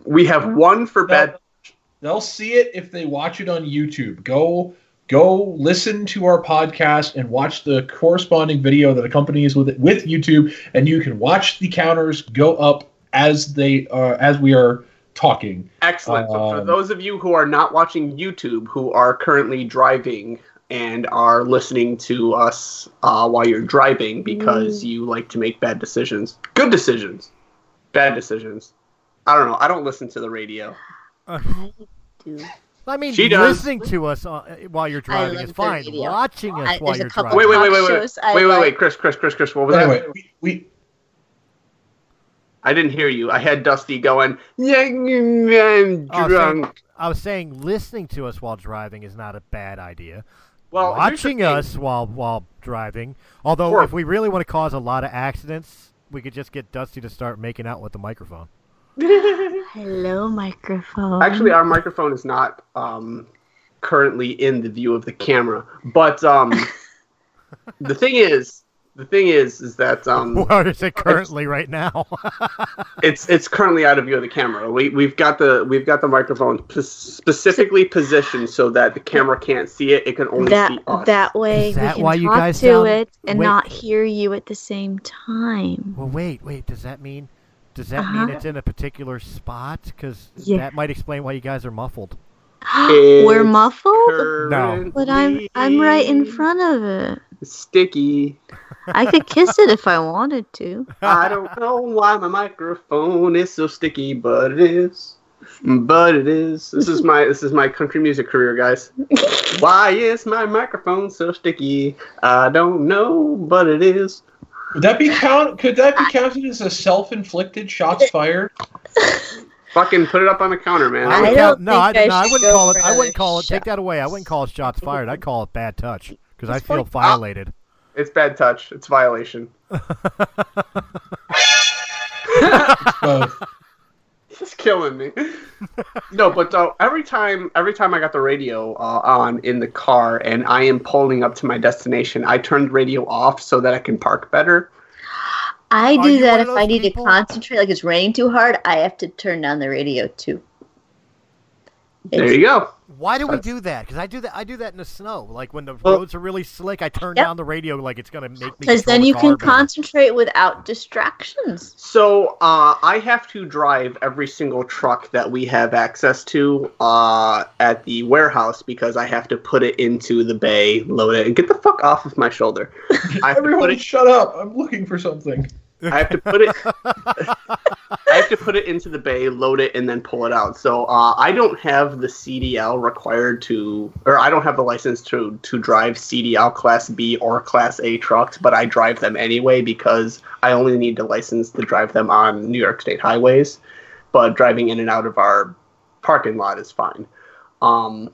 Speaker 5: we have one for bad
Speaker 4: They'll, they'll see it if they watch it on YouTube. Go go listen to our podcast and watch the corresponding video that accompanies with it with YouTube, and you can watch the counters go up as they uh, as we are talking.
Speaker 5: Excellent. so for
Speaker 4: Um,
Speaker 5: those of you who are not watching YouTube, who are currently driving and are listening to us uh, while you're driving because
Speaker 2: Mm.
Speaker 5: you like to make bad decisions, good decisions, bad decisions. I don't know. I don't listen to the radio.
Speaker 3: I mean,
Speaker 5: She does.
Speaker 3: listening to us uh, while you're driving
Speaker 2: love
Speaker 3: is
Speaker 2: the
Speaker 3: fine.
Speaker 2: video.
Speaker 3: Watching us
Speaker 2: I-
Speaker 3: while
Speaker 2: there's a
Speaker 3: you're
Speaker 2: couple-
Speaker 3: driving.
Speaker 5: Wait, wait, wait,
Speaker 2: talk
Speaker 5: wait, wait,
Speaker 2: shows I
Speaker 5: wait, wait,
Speaker 2: like.
Speaker 5: wait, Chris, Chris, Chris, Chris. What was
Speaker 4: Anyway,
Speaker 5: that?
Speaker 4: we, we
Speaker 5: I didn't hear you. I had Dusty going. Yeah, I'm
Speaker 3: Oh,
Speaker 5: drunk.
Speaker 3: I was saying listening to us while driving is not a bad idea.
Speaker 5: well, here's the
Speaker 3: Watching
Speaker 5: thing.
Speaker 3: us while while driving, although
Speaker 5: Sure.
Speaker 3: if we really want to cause a lot of accidents, we could just get Dusty to start making out with the microphone.
Speaker 2: Hello, microphone.
Speaker 5: Actually, our microphone is not um, currently in the view of the camera. But um, the thing is, the thing is, is that um,
Speaker 3: Where is it currently right now?
Speaker 5: it's it's currently out of view of the camera. We we've got the we've got the microphone p- specifically positioned so that the camera can't see it. It can only see
Speaker 2: that
Speaker 5: us.
Speaker 2: that way
Speaker 3: Is that
Speaker 2: we can
Speaker 3: why
Speaker 2: talk
Speaker 3: you guys
Speaker 2: to
Speaker 3: sound-
Speaker 2: it and
Speaker 3: Wait.
Speaker 2: not hear you at the same time.
Speaker 3: well, wait, wait. Does that mean? Does that
Speaker 2: Uh-huh.
Speaker 3: mean it's in a particular spot? Because
Speaker 2: Yeah.
Speaker 3: that might explain why you guys are muffled.
Speaker 2: We're
Speaker 5: It's
Speaker 2: muffled,
Speaker 5: Currently
Speaker 2: but I'm I'm right in front of it.
Speaker 5: Sticky.
Speaker 2: I could kiss it if I wanted to.
Speaker 5: I don't know why my microphone is so sticky, but it is. But it is. This is my this is my country music career, guys. Why is my microphone so sticky? I don't know, but it is.
Speaker 4: would that be count? Could that be counted as a self-inflicted shots fired?
Speaker 5: Fucking put it up on the counter, man.
Speaker 3: I
Speaker 5: I
Speaker 3: would
Speaker 5: was-
Speaker 1: don't
Speaker 3: count- no,
Speaker 1: think
Speaker 3: I,
Speaker 1: I
Speaker 3: no, I
Speaker 1: should
Speaker 3: wouldn't
Speaker 1: go
Speaker 3: call it.
Speaker 1: for
Speaker 3: I wouldn't
Speaker 1: another
Speaker 3: call it. Take
Speaker 1: shot.
Speaker 3: that away. I wouldn't call it shots fired. I'd call it bad touch because I
Speaker 5: It's
Speaker 3: feel
Speaker 5: fucking-
Speaker 3: violated.
Speaker 5: it's bad touch. It's violation.
Speaker 4: Uh,
Speaker 5: It's killing me. no, but uh, every time, every time I got the radio uh, on in the car and I am pulling up to my destination, I turn the radio off so that I can park better.
Speaker 2: I
Speaker 3: Are
Speaker 2: do
Speaker 3: you one
Speaker 2: that
Speaker 3: of
Speaker 2: if I
Speaker 3: those
Speaker 2: need
Speaker 3: people?
Speaker 2: to concentrate. Like it's raining too hard, I have to turn down the radio too.
Speaker 5: There you go.
Speaker 3: Why do we
Speaker 5: That's-
Speaker 3: do that? Because I do that. I do that in the snow. Like when the
Speaker 5: Well-
Speaker 3: roads are really slick, I turn
Speaker 2: Yep.
Speaker 3: down the radio like it's gonna make me.
Speaker 2: Because
Speaker 3: control
Speaker 2: then
Speaker 3: the
Speaker 2: you
Speaker 3: car
Speaker 2: can
Speaker 3: better.
Speaker 2: concentrate without distractions.
Speaker 5: So uh, I have to drive every single truck that we have access to uh, at the warehouse because I have to put it into the bay, load it, and get the fuck off of my shoulder. I have to put
Speaker 4: everyone,
Speaker 5: it.
Speaker 4: shut up! I'm looking for something.
Speaker 5: I have to put it. I have to put it into the bay, load it, and then pull it out. So uh, I don't have the CDL required to, or I don't have the license to to drive CDL Class B or Class A trucks, but I drive them anyway because I only need the license to drive them on New York State highways. But driving in and out of our parking lot is fine. Um,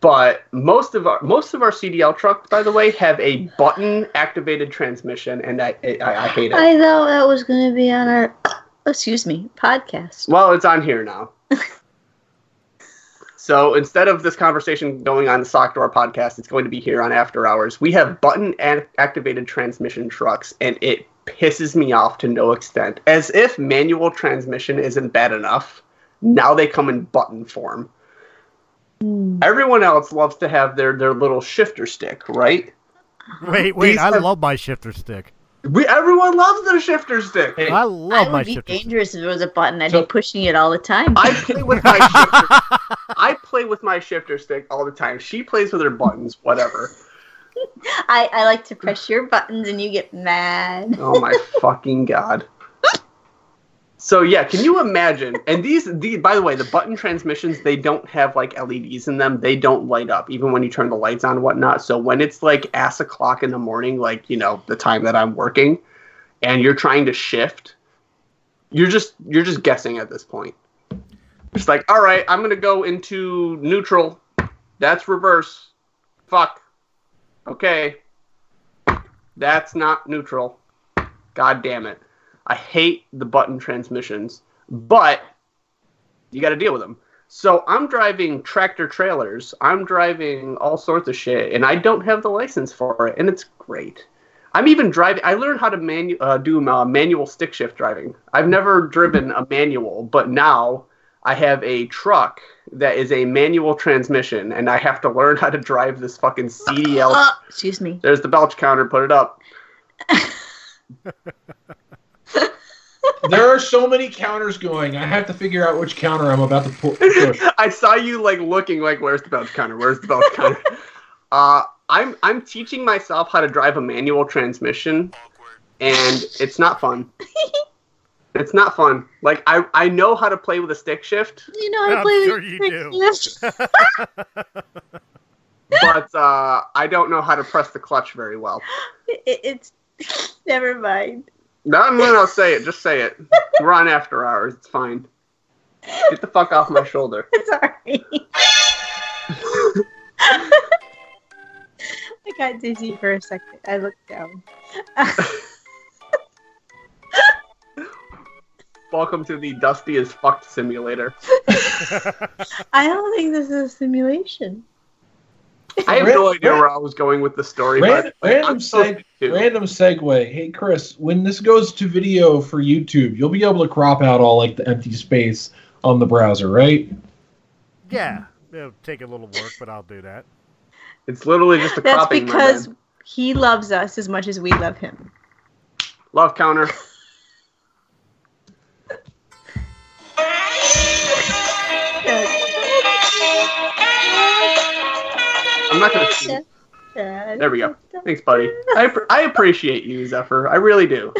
Speaker 5: but most of our most of our CDL trucks, by the way, have a button activated transmission, and I I, I hate it.
Speaker 2: I thought that was going to be on our, excuse me, podcast.
Speaker 5: Well, it's on here now. so instead of this conversation going on the Sock Door podcast, it's going to be here on After Hours. We have button and activated transmission trucks, and it pisses me off to no extent. As if manual transmission isn't bad enough, now they come in button form. Everyone else loves to have their, their little shifter stick, right?
Speaker 3: Wait, wait.
Speaker 5: These
Speaker 3: I
Speaker 5: are-
Speaker 3: love my shifter stick.
Speaker 5: We everyone loves their shifter stick.
Speaker 4: Hey,
Speaker 3: I
Speaker 2: I
Speaker 3: love
Speaker 2: would
Speaker 3: my
Speaker 2: be
Speaker 3: shifter.
Speaker 2: dangerous if there was a button. I'd
Speaker 4: So-
Speaker 2: be pushing it all the time.
Speaker 5: I play with my shifter. I play with my shifter stick all the time. She plays with her buttons, whatever.
Speaker 2: I, I like to press your buttons and you get mad.
Speaker 5: Oh my fucking god. So yeah, can you imagine? And these, the, by the way, the button transmissions they don't have like LEDs in them. They don't light up even when you turn the lights on and whatnot. So when it's like ass o'clock in the morning, like you know the time that I'm working, and you're trying to shift, you're just you're just guessing at this point. It's like, all right, I'm gonna go into neutral. That's reverse. Fuck. Okay. That's not neutral. God damn it. I hate the button transmissions, but you got to deal with them. So I'm driving tractor trailers. I'm driving all sorts of shit, and I don't have the license for it, and it's great. I'm even driving. I learned how to manu- uh, do uh, manual stick shift driving. I've never driven a manual, but now I have a truck that is a manual transmission, and I have to learn how to drive this fucking CDL
Speaker 2: Uh, excuse me.
Speaker 5: there's the belch counter. Put it up.
Speaker 4: there are so many counters going. I have to figure out which counter I'm about to pu- push.
Speaker 5: I saw you like looking like, where's the belch counter? Where's the belch counter? Uh, I'm I'm teaching myself how to drive a manual transmission, and it's not fun. it's not fun. Like I I know how to play with a stick shift,
Speaker 2: You know, I
Speaker 3: I'm
Speaker 2: play
Speaker 3: sure
Speaker 2: with
Speaker 3: you
Speaker 2: your
Speaker 3: do.
Speaker 2: Yes.
Speaker 5: but uh, I don't know how to press the clutch very well.
Speaker 2: It, it's never mind.
Speaker 5: No, no, no, say it. Just say it. We're on after hours. It's fine. Get the fuck off my shoulder.
Speaker 2: Sorry. I got dizzy for a second. I looked down.
Speaker 5: Welcome to the dusty as fucked simulator.
Speaker 2: I don't think this is a simulation.
Speaker 5: I have no idea where I was going with the story.
Speaker 4: Random,
Speaker 5: but
Speaker 4: random,
Speaker 5: I'm so
Speaker 4: seg-
Speaker 5: confused.
Speaker 4: random segue. Hey, Chris, when this goes to video for YouTube, you'll be able to crop out all like the empty space on the browser, right?
Speaker 3: Yeah, it'll take a little work, but I'll do that.
Speaker 5: It's literally just a
Speaker 1: That's
Speaker 5: cropping. my
Speaker 1: because
Speaker 5: man.
Speaker 2: He loves us as much as we love him.
Speaker 5: love counter. I'm not gonna. sing. There we go. Thanks, buddy. I, appre- I appreciate you, Zephyr. I really do.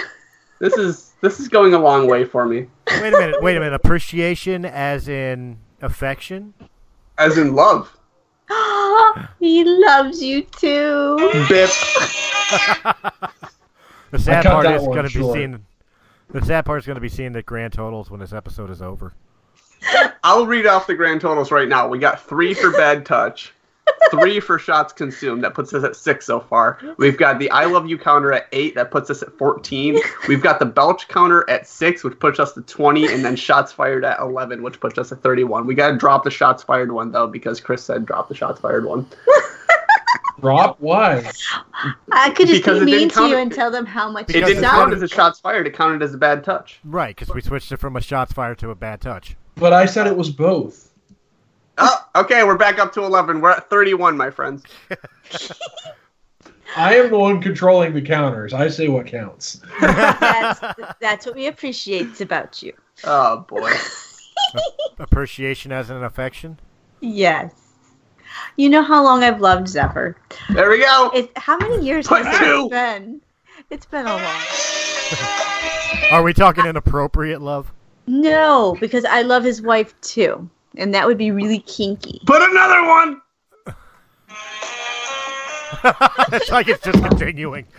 Speaker 5: This is this is going a long way for me.
Speaker 3: Wait a minute. Wait a minute. Appreciation, as in affection.
Speaker 5: As in love.
Speaker 2: he loves you too.
Speaker 5: Bip.
Speaker 3: The sad
Speaker 4: cut
Speaker 3: part
Speaker 4: that
Speaker 3: is
Speaker 4: one
Speaker 3: going to be
Speaker 4: short.
Speaker 3: seeing. The sad part is going to be seeing the grand totals when this episode is over.
Speaker 5: I'll read off the grand totals right now. We got three for bad touch, three for shots consumed. That puts us at six so far. We've got the I love you counter at eight. That puts us at 14. We've got the belch counter at six, which puts us to 20. And then shots fired at 11, which puts us at 31. We got to drop the shots fired one, though, because Chris said drop the shots fired one.
Speaker 4: Drop why?
Speaker 2: I could just
Speaker 5: Because it
Speaker 2: be
Speaker 5: didn't
Speaker 2: mean to
Speaker 5: count-
Speaker 2: you and tell them how much
Speaker 5: It
Speaker 2: you
Speaker 3: Because
Speaker 5: didn't
Speaker 3: it's
Speaker 5: count
Speaker 3: not-
Speaker 5: as a shots fired, it counted as a bad touch.
Speaker 3: Right, because we switched it from a shots fired to a bad touch.
Speaker 4: But I said it was both.
Speaker 5: Oh, okay, we're back up to 11. We're at 31, my friends.
Speaker 4: I am the one controlling the counters. I say what counts.
Speaker 1: That's, that's what we appreciate about you.
Speaker 5: Oh, boy.
Speaker 3: Appreciation as an affection.
Speaker 1: Yes.
Speaker 2: You know how long I've loved Zephyr.
Speaker 5: There we go.
Speaker 2: It, how many years
Speaker 5: Put
Speaker 2: has it
Speaker 5: two.
Speaker 2: been? It's been a long.
Speaker 3: Are we talking inappropriate love?
Speaker 2: No, because I love his wife too, and that would be really kinky.
Speaker 5: Put another one.
Speaker 3: it's like it's just continuing.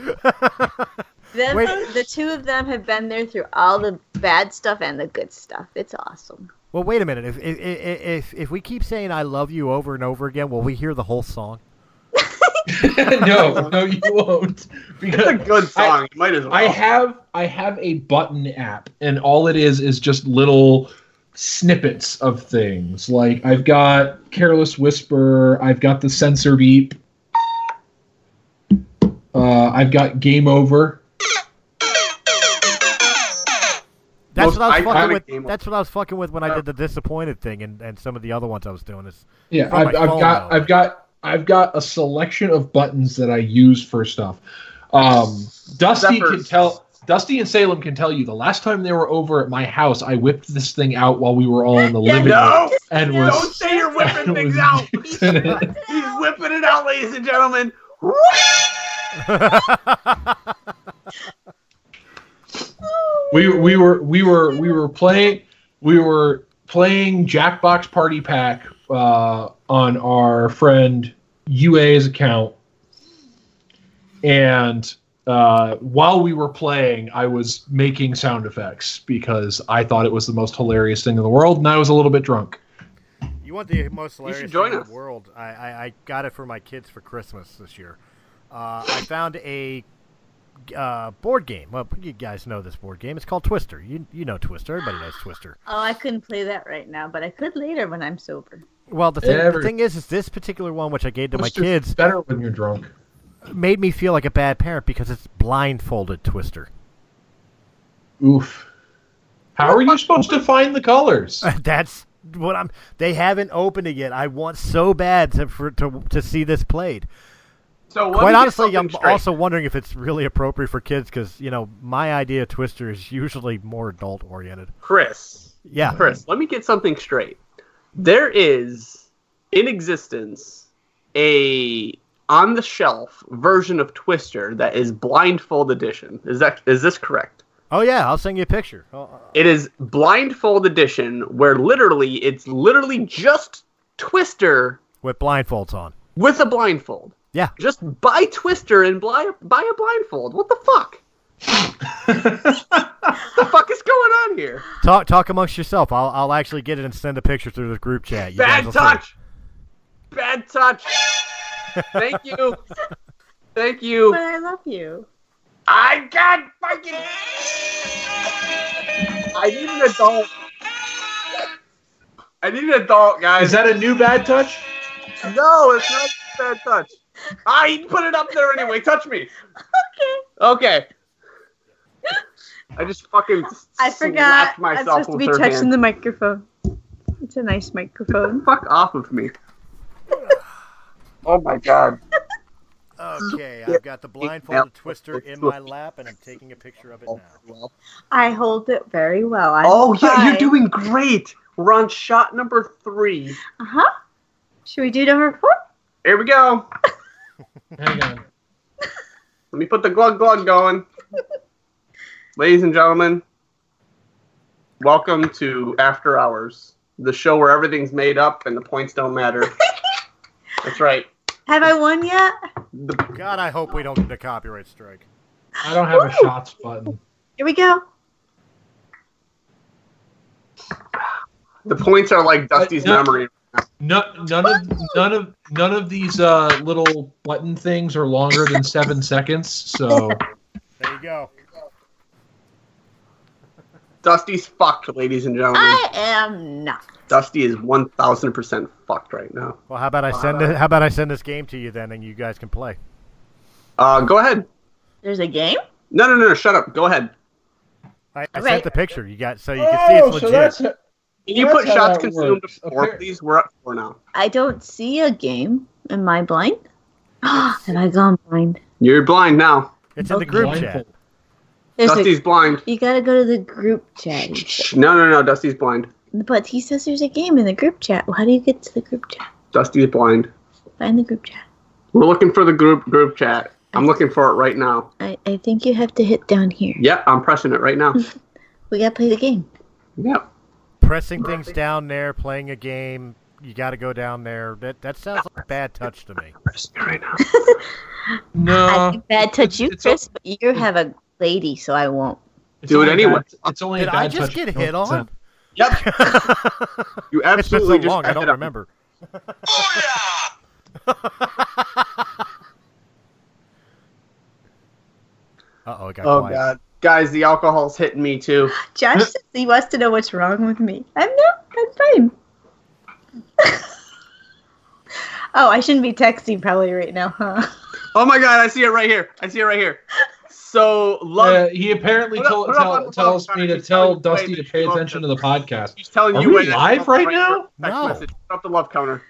Speaker 2: Them,
Speaker 3: Wait.
Speaker 2: the two of them have been there through all the bad stuff and the good stuff. It's awesome.
Speaker 3: well, wait a minute. If if, if if if we keep saying "I love you" over and over again, will we hear the whole song?
Speaker 4: no, no, you won't.
Speaker 5: It's a
Speaker 4: Because
Speaker 5: good song. You might as well.
Speaker 4: I have I have a button app, and all it is is just little snippets of things. Like I've got Careless Whisper, I've got the sensor beep, uh, I've got Game Over.
Speaker 3: That's
Speaker 5: Most
Speaker 3: what I was
Speaker 5: iconic
Speaker 3: fucking with.
Speaker 5: game of-
Speaker 3: That's what I was fucking with when I did the disappointed thing and, and some of the other ones I was doing. Is
Speaker 4: Yeah,
Speaker 3: From
Speaker 4: I've,
Speaker 3: my
Speaker 4: I've
Speaker 3: phone,
Speaker 4: got
Speaker 3: though.
Speaker 4: I've got I've got a selection of buttons that I use for stuff. Um, Dusty
Speaker 5: Zephyrs.
Speaker 4: can tell. Dusty and Salem can tell you the last time they were over at my house, I whipped this thing out while we were all in the living room
Speaker 5: No!
Speaker 4: and
Speaker 1: no,
Speaker 5: Don't
Speaker 4: was
Speaker 5: say you're whipping
Speaker 4: and
Speaker 5: things
Speaker 4: was
Speaker 5: out.
Speaker 4: using it.
Speaker 5: He's whipping it out, ladies and gentlemen.
Speaker 4: we we were we were we were playing we were playing Jackbox Party Pack uh, on our friend UA's account, and uh, while we were playing, I was making sound effects because I thought it was the most hilarious thing in the world, and I was a little bit drunk.
Speaker 3: You want the most hilarious
Speaker 5: join
Speaker 3: thing in
Speaker 5: us.
Speaker 3: the world? I, I, I got it for my kids for Christmas this year. Uh, I found a uh, board game. Well, you guys know this board game. It's called Twister. You you know Twister. Everybody knows Twister.
Speaker 2: Oh, I couldn't play that right now, but I could later when I'm sober.
Speaker 3: Well, the thing, the
Speaker 4: Every-
Speaker 3: thing is, is this particular one which I gave to
Speaker 4: Twister's
Speaker 3: my kids
Speaker 4: better when you're drunk.
Speaker 3: made me feel like a bad parent because it's blindfolded Twister.
Speaker 4: Oof. How are you supposed to find the colors?
Speaker 3: That's what I'm. They haven't opened it yet. I want so bad to for, to to see this played.
Speaker 5: So let me
Speaker 3: Quite
Speaker 5: get
Speaker 3: honestly,
Speaker 5: something
Speaker 3: I'm
Speaker 5: straight.
Speaker 3: also wondering if it's really appropriate for kids because you know my idea of Twister is usually more adult oriented.
Speaker 5: Chris.
Speaker 3: Yeah,
Speaker 5: Chris, let me get something straight. There is in existence a on the shelf version of Twister that is blindfold edition. Is that is this correct?
Speaker 3: Oh yeah, I'll send you a picture. Oh,
Speaker 5: It is blindfold edition where literally it's literally just Twister
Speaker 3: with blindfolds on.
Speaker 5: with a blindfold.
Speaker 3: Yeah.
Speaker 5: Just buy Twister and buy, buy a blindfold. What the fuck? the fuck is going on here?
Speaker 3: Talk talk amongst yourself. I'll I'll actually get it and send a picture through the group chat. You guys
Speaker 5: Bad
Speaker 3: will see.
Speaker 5: touch. Bad touch. Thank you. Thank you.
Speaker 2: But I love you.
Speaker 5: I got fucking. I need an adult. I need an adult, guys.
Speaker 4: Is that a new bad touch?
Speaker 5: no? It's not bad touch. I put it up there anyway. Touch me.
Speaker 2: Okay.
Speaker 5: Okay. I just fucking.
Speaker 2: I
Speaker 5: slapped
Speaker 2: forgot. I'm
Speaker 5: Myself
Speaker 2: supposed to
Speaker 5: with
Speaker 2: be
Speaker 5: her
Speaker 2: touching
Speaker 5: hand.
Speaker 2: the microphone. It's a nice microphone.
Speaker 5: Fuck off of me. oh my god.
Speaker 3: Okay, I've got the blindfolded Twister in my lap and I'm taking a picture of it now.
Speaker 2: I hold it very well. i
Speaker 5: Oh yeah, you're doing great. We're on shot number three.
Speaker 2: Uh huh. Should we do number four?
Speaker 5: Here we go.
Speaker 4: Hang on.
Speaker 5: Let me put the glug glug going. Ladies and gentlemen, welcome to After Hours, the show where everything's made up and the points don't matter. That's right.
Speaker 2: Have I won yet?
Speaker 5: The-
Speaker 3: God, I hope we don't get a copyright strike.
Speaker 4: I don't have a shots button.
Speaker 2: Here we go.
Speaker 5: Um, the points are like Dusty's
Speaker 4: No.
Speaker 5: memory.
Speaker 4: No, none of none of none of these uh, little button things are longer than seven seconds. So
Speaker 3: There you go.
Speaker 5: Dusty's fucked, ladies and gentlemen.
Speaker 1: Ah!
Speaker 2: I am not.
Speaker 5: Dusty is one thousand percent fucked right now.
Speaker 3: Well, how about I send it, how about I send this game to you then, and you guys can play.
Speaker 5: Uh, go ahead.
Speaker 2: There's a game?
Speaker 5: No, no, no, no, shut up. Go ahead.
Speaker 3: I, I sent
Speaker 2: Right.
Speaker 3: the picture. You got so you can
Speaker 5: Oh,
Speaker 3: see it's legit.
Speaker 5: Can you
Speaker 4: That's
Speaker 5: put
Speaker 4: how
Speaker 5: shots
Speaker 4: that
Speaker 5: consumed to
Speaker 4: works.
Speaker 5: four,
Speaker 4: Appar-
Speaker 5: please? We're up four now.
Speaker 2: I don't see a game. Am I blind? Have I gone blind?
Speaker 5: You're blind now.
Speaker 3: It's in the group chat.
Speaker 2: There's a,
Speaker 5: Dusty's blind.
Speaker 2: you gotta go to the group chat.
Speaker 5: Shh, No, no, no. Dusty's blind.
Speaker 2: But he says there's a game in the group chat. Well, how do you get to the group chat?
Speaker 5: Dusty's blind.
Speaker 2: Find the group chat.
Speaker 5: We're looking for the group group chat. I'm looking for it right now.
Speaker 2: I, I think you have to hit down here.
Speaker 5: Yep, I'm pressing it right now.
Speaker 2: We gotta play the game.
Speaker 5: Yep.
Speaker 3: Pressing things down there, playing a game. You got to go down there. That that sounds like a bad touch to me.
Speaker 5: Pressing it right now.
Speaker 2: I
Speaker 5: Uh,
Speaker 4: No,
Speaker 2: think bad touch you,
Speaker 4: it's-
Speaker 2: Chris, but you have a lady, so I won't.
Speaker 4: it's
Speaker 5: Do it
Speaker 4: only
Speaker 5: anyway.
Speaker 4: bad- it's only a
Speaker 3: Did I
Speaker 4: bad
Speaker 3: just
Speaker 4: touch.
Speaker 3: get
Speaker 4: No,
Speaker 3: hit on?
Speaker 4: it's not.
Speaker 5: Yep. You
Speaker 3: It's been so
Speaker 5: absolutely just
Speaker 3: long, I
Speaker 5: got
Speaker 3: don't
Speaker 5: hit Oh, up.
Speaker 3: remember. Uh oh, it got
Speaker 5: Oh
Speaker 3: quiet.
Speaker 5: god. Guys, the alcohol's hitting me too.
Speaker 2: Josh says he wants to know what's wrong with me. I'm not. I'm fine. oh, I shouldn't be texting probably right now, huh?
Speaker 5: Oh my god, I see it right here. I see it right here. So love
Speaker 4: Uh, he apparently
Speaker 5: Hold up,
Speaker 4: told,
Speaker 5: hold up, hold
Speaker 4: tell,
Speaker 5: up,
Speaker 4: tells
Speaker 5: hold up,
Speaker 4: me to
Speaker 5: He's
Speaker 4: tell
Speaker 5: telling you
Speaker 4: Dusty
Speaker 5: wait,
Speaker 4: to pay
Speaker 5: hold up.
Speaker 4: attention to the podcast.
Speaker 5: she's telling
Speaker 4: Are
Speaker 5: you
Speaker 4: we
Speaker 5: wait, I
Speaker 4: live
Speaker 5: love
Speaker 4: right
Speaker 5: your
Speaker 4: now?
Speaker 5: text
Speaker 3: No.
Speaker 5: message. Shut up the love counter.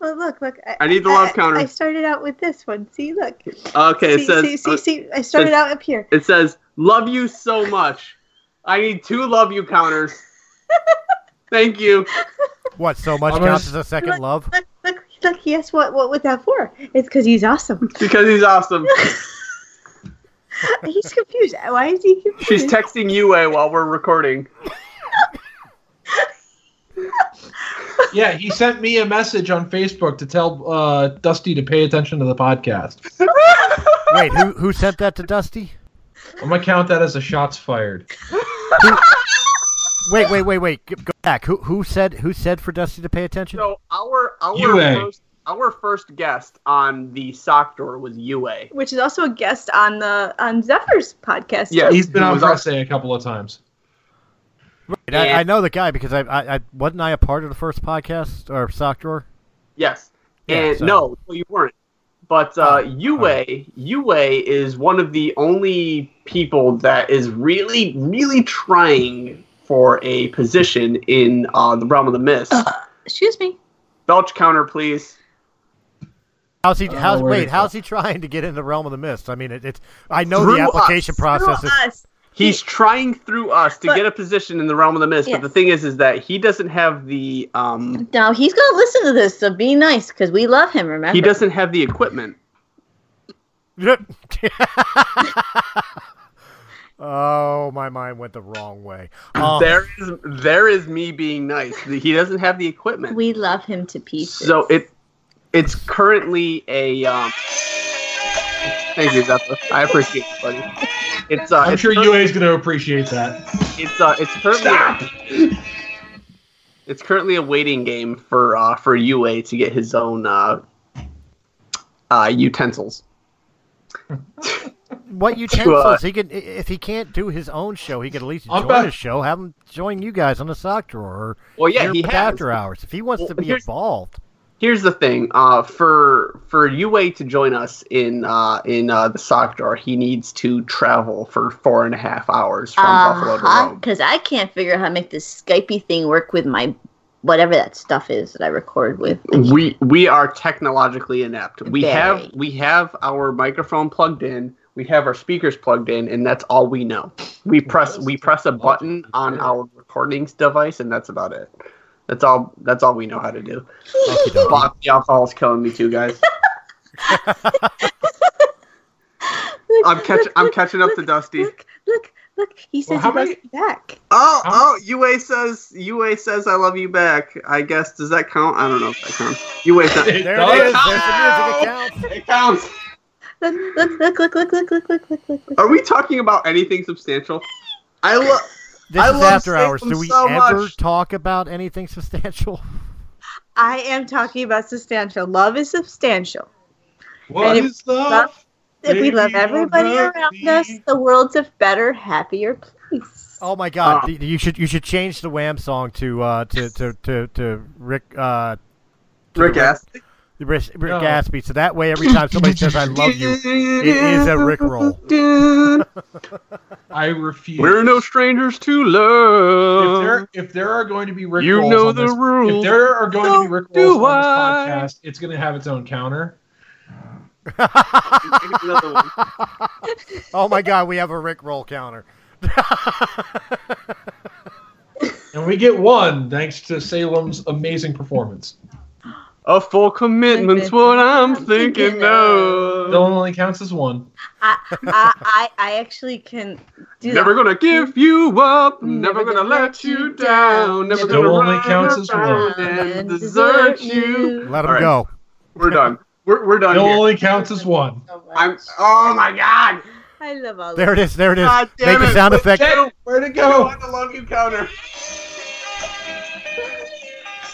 Speaker 1: Oh, look, look. I,
Speaker 5: I need the love
Speaker 1: I-
Speaker 5: counter.
Speaker 1: I started out with this one. See, look.
Speaker 5: Okay, it
Speaker 1: see,
Speaker 5: says uh,
Speaker 1: see, see, see, I started out up here.
Speaker 5: it says love you so much. I need two love you counters. Thank you.
Speaker 3: What? So much
Speaker 4: I'm gonna
Speaker 3: counts
Speaker 4: s-
Speaker 3: as a second love?
Speaker 1: Look, look, look. Yes, what, what was that for? It's because he's awesome.
Speaker 5: Because he's awesome.
Speaker 1: he's confused. Why is he confused?
Speaker 5: She's texting you Yue while we're recording.
Speaker 4: Yeah, he sent me a message on Facebook to tell uh, Dusty to pay attention to the podcast.
Speaker 3: Wait, who who sent that to Dusty?
Speaker 4: I'm gonna count that as a shots fired.
Speaker 3: Wait, wait, wait, wait. Go go back. Who who said who said for Dusty to pay attention?
Speaker 5: So our our
Speaker 4: Yue.
Speaker 5: first our first guest on the sock door was Yue.
Speaker 1: Which is also a guest on the on Zephyr's podcast.
Speaker 5: Yeah.
Speaker 4: He's been
Speaker 5: He
Speaker 4: on
Speaker 5: was on-
Speaker 4: press day a couple of times.
Speaker 3: Right, I, I know the guy because I, I I wasn't I a part of the first podcast or sock drawer.
Speaker 5: Yes.
Speaker 3: Yeah,
Speaker 5: And
Speaker 3: so- Oh,
Speaker 5: no, well, you weren't. But uh, Yue
Speaker 3: alright.
Speaker 5: Yue is one of the only people that is really really trying for a position in uh, the realm of the mist.
Speaker 6: Excuse me.
Speaker 5: Belch counter, please.
Speaker 3: How's he?
Speaker 4: Oh,
Speaker 3: How's
Speaker 4: where
Speaker 3: wait?
Speaker 4: is
Speaker 3: How's he trying to get in the realm of the mist? I mean, it, it's. I know
Speaker 5: Through
Speaker 3: the
Speaker 5: us.
Speaker 3: application process
Speaker 1: Through
Speaker 3: is.
Speaker 1: us.
Speaker 5: He's trying through us to
Speaker 1: But-
Speaker 5: get a position in the realm of the mist.
Speaker 1: Yeah.
Speaker 5: But the thing is, is that he doesn't have the um,
Speaker 1: Now he's gonna listen to this, so be nice because we love him. Remember,
Speaker 5: he doesn't have the equipment.
Speaker 3: oh, my mind went the wrong way. Um,
Speaker 5: There is there is me being nice. He doesn't have the equipment.
Speaker 1: We love him to pieces.
Speaker 5: So it it's currently a. Um, thank you, Zephyr. I appreciate it, buddy. It's uh,
Speaker 4: I'm
Speaker 5: it's
Speaker 4: sure
Speaker 5: cur-
Speaker 4: UA is gonna appreciate that.
Speaker 5: It's uh, it's currently. It's currently a waiting game for uh, for UA to get his own uh, uh, utensils.
Speaker 3: what utensils? He can if he can't do his own show, he could at least
Speaker 4: I'm
Speaker 3: join
Speaker 4: back.
Speaker 3: his show. Have him join you guys on the sock drawer. Or
Speaker 5: Well, yeah,
Speaker 3: here
Speaker 5: he
Speaker 3: with
Speaker 5: has.
Speaker 3: after hours. If he wants
Speaker 5: Well,
Speaker 3: to be
Speaker 5: here's-
Speaker 3: involved,
Speaker 5: Here's the thing. Uh, for for UA to join us in uh, in uh, the sock drawer, he needs to travel for four and a half hours from
Speaker 1: Uh-huh.
Speaker 5: Buffalo to Rome.
Speaker 1: Because Uh, I can't figure out how to make this Skypey thing work with my whatever that stuff is that I record with.
Speaker 5: we we are technologically inept. We
Speaker 1: Very.
Speaker 5: have we have our microphone plugged in, we have our speakers plugged in, and that's all we know. We press we press a button on our recording device, and that's about it. That's all. That's all we know how to do. Fuck, the alcohol's killing me too, guys. I'm catching. I'm catching up to Dusty.
Speaker 1: Look, look, look. He says
Speaker 4: Well, how
Speaker 1: he loves
Speaker 4: many-
Speaker 1: me back.
Speaker 5: Oh, oh, UA says UA says I love you back. I guess does that count? I don't know if that counts. UA's not.
Speaker 4: It
Speaker 3: there
Speaker 4: does.
Speaker 3: it is. There's the
Speaker 5: Ow!
Speaker 3: music account.
Speaker 5: It counts.
Speaker 1: Look, look, look, look, look, look, look, look, look, look.
Speaker 5: Are we talking about anything substantial? I love.
Speaker 3: This
Speaker 5: I
Speaker 3: is
Speaker 5: love
Speaker 3: after hours.
Speaker 5: Salem
Speaker 3: Do we
Speaker 5: so
Speaker 3: ever
Speaker 5: much.
Speaker 3: talk about anything substantial?
Speaker 1: I am talking about substantial. Love is substantial.
Speaker 4: What
Speaker 1: And if-
Speaker 4: is the?
Speaker 1: Love- If we
Speaker 4: Maybe
Speaker 1: love
Speaker 4: you'll
Speaker 1: everybody
Speaker 4: love
Speaker 1: around
Speaker 4: me.
Speaker 1: us, the world's a better, happier place.
Speaker 3: Oh my God!
Speaker 5: Ah.
Speaker 3: th- You should you should change the Wham song to uh, to, to to to Rick uh,
Speaker 5: Rick Astley.
Speaker 3: Rick, Rick
Speaker 4: No.
Speaker 3: Astley. So that way, every time somebody says "I love you," is a Rick roll.
Speaker 4: I refuse.
Speaker 5: We're no strangers to
Speaker 4: if
Speaker 5: love.
Speaker 4: there if there are going to be Rick
Speaker 5: You
Speaker 4: rolls
Speaker 5: know
Speaker 4: on
Speaker 5: the
Speaker 4: this,
Speaker 5: rules.
Speaker 4: If there are going to be
Speaker 5: So
Speaker 4: Rick
Speaker 5: do
Speaker 4: rolls on this
Speaker 5: I.
Speaker 4: podcast, it's going to have its own counter.
Speaker 5: Another one.
Speaker 3: oh my God! We have a Rick roll counter.
Speaker 4: And we get one thanks to Salem's amazing performance.
Speaker 5: a full commitment's what I'm thinking of.
Speaker 4: Dylan only counts as one.
Speaker 1: I, I, I, I actually can do
Speaker 5: Never
Speaker 1: that.
Speaker 5: gonna give you up. Never gonna let you down. Never
Speaker 4: Still
Speaker 5: gonna
Speaker 4: only
Speaker 5: run
Speaker 4: counts as
Speaker 5: around
Speaker 1: one.
Speaker 5: and desert you.
Speaker 3: Let him
Speaker 5: All right.
Speaker 3: go.
Speaker 5: We're done. We're, we're done
Speaker 4: Dylan
Speaker 5: here.
Speaker 4: only counts as one.
Speaker 1: So much.
Speaker 5: I'm, oh my god!
Speaker 1: I love all
Speaker 3: There
Speaker 1: of
Speaker 3: it is. There it is.
Speaker 5: God damn
Speaker 3: Make a
Speaker 5: it.
Speaker 3: sound effect.
Speaker 4: Dylan, where'd it
Speaker 5: I
Speaker 4: go?
Speaker 5: want the love you counter.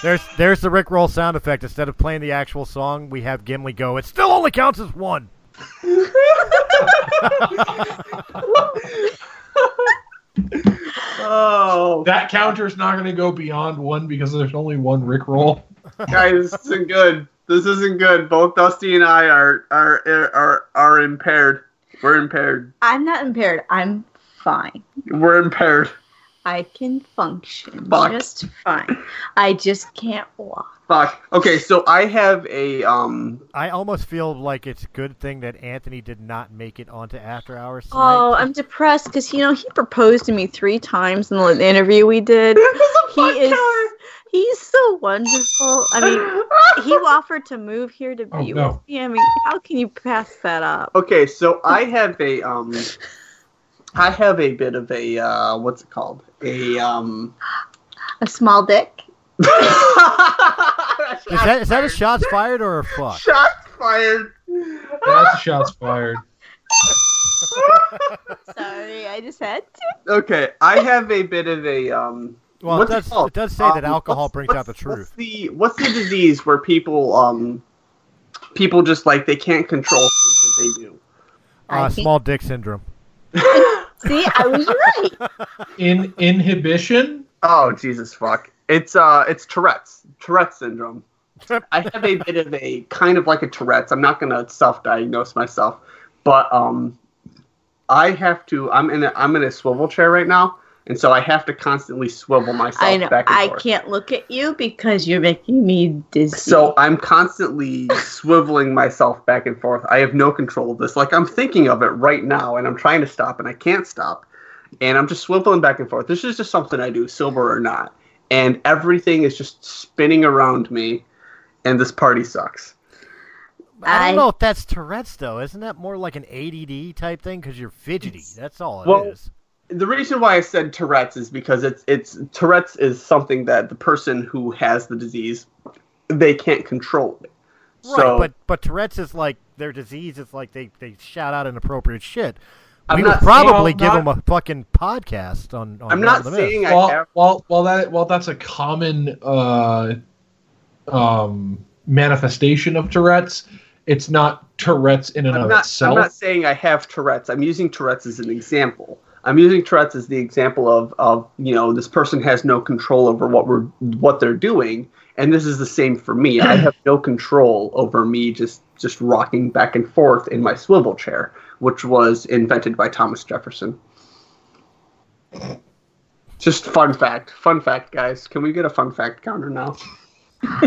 Speaker 3: There's there's the Rick roll sound effect. Instead of playing the actual song, we have Gimli go. It still only counts as one.
Speaker 5: Oh,
Speaker 4: That counter is not going to go beyond one because there's only one Rick roll.
Speaker 5: guys, this isn't good. This isn't good. Both Dusty and I are are are are impaired. We're impaired.
Speaker 1: I'm not impaired. I'm fine.
Speaker 5: We're impaired.
Speaker 1: I can function
Speaker 5: Fuck.
Speaker 1: just fine. I just can't walk.
Speaker 5: Fuck. Okay, so I have a um.
Speaker 3: I almost feel like it's a good thing that Anthony did not make it onto After Hours.
Speaker 1: Oh,
Speaker 3: tonight.
Speaker 1: I'm depressed because you know he proposed to me three times in the interview we did. He is he's so wonderful. I mean, he offered to move here to be
Speaker 4: Oh,
Speaker 1: with
Speaker 4: no.
Speaker 1: me. I mean, how can you pass that up?
Speaker 5: Okay, so I have a um. I have a bit of a uh, what's it called? A um.
Speaker 1: A small dick.
Speaker 3: is that is that a shots fired or a fuck?
Speaker 5: Shots fired.
Speaker 4: That's shots fired.
Speaker 1: Sorry, I just had to.
Speaker 5: okay, I have a bit of a um.
Speaker 3: Well, it
Speaker 5: what's it
Speaker 3: does,
Speaker 5: called?
Speaker 3: it does say that
Speaker 5: Um,
Speaker 3: alcohol
Speaker 5: what's-
Speaker 3: brings
Speaker 5: what's-
Speaker 3: out the
Speaker 5: What's
Speaker 3: truth.
Speaker 5: the what's the disease where people um people just like they can't control things that they do?
Speaker 3: Uh,
Speaker 1: I think-
Speaker 3: small dick syndrome.
Speaker 1: See, I was right.
Speaker 4: In inhibition.
Speaker 5: Oh Jesus fuck! It's uh it's Tourette's Tourette's syndrome. I have a bit of a kind of like a Tourette's. I'm not gonna self-diagnose myself, but um, I have to. I'm in a I'm in a swivel chair right now, and so I have to constantly swivel myself
Speaker 1: I know.
Speaker 5: back and
Speaker 1: I
Speaker 5: forth.
Speaker 1: can't look at you because you're making me dizzy.
Speaker 5: So I'm constantly swiveling myself back and forth. I have no control of this. Like I'm thinking of it right now, and I'm trying to stop, and I can't stop, and I'm just swiveling back and forth. This is just something I do, sober or not, and everything is just spinning around me, and this party sucks.
Speaker 3: I
Speaker 1: I-
Speaker 3: don't know if that's Tourette's though. Isn't that more like an ADD type thing? Because you're fidgety. That's all it is.
Speaker 5: Well, The reason why I said Tourette's is because it's it's Tourette's is something that the person who has the disease they can't control it.
Speaker 3: Right,
Speaker 5: so
Speaker 3: but but Tourette's is like their disease is like they, they shout out inappropriate shit.
Speaker 5: I'm
Speaker 3: we
Speaker 5: not
Speaker 3: would
Speaker 5: saying-
Speaker 3: probably
Speaker 4: Well,
Speaker 3: give
Speaker 4: not-
Speaker 3: them a fucking podcast on. on
Speaker 5: I'm
Speaker 3: What
Speaker 5: not
Speaker 3: the Myth.
Speaker 5: saying I
Speaker 4: Well,
Speaker 5: have.
Speaker 4: well, well, that well, that's a common uh, um, manifestation of Tourette's. It's not Tourette's in and
Speaker 5: I'm
Speaker 4: of
Speaker 5: not,
Speaker 4: itself.
Speaker 5: I'm not saying I have Tourette's. I'm using Tourette's as an example. I'm using Tourette's as the example of, of you know this person has no control over what we're what they're doing, and this is the same for me. I have no control over me just just rocking back and forth in my swivel chair, which was invented by Thomas Jefferson. Just fun fact, fun fact, guys. Can we get a fun fact counter now?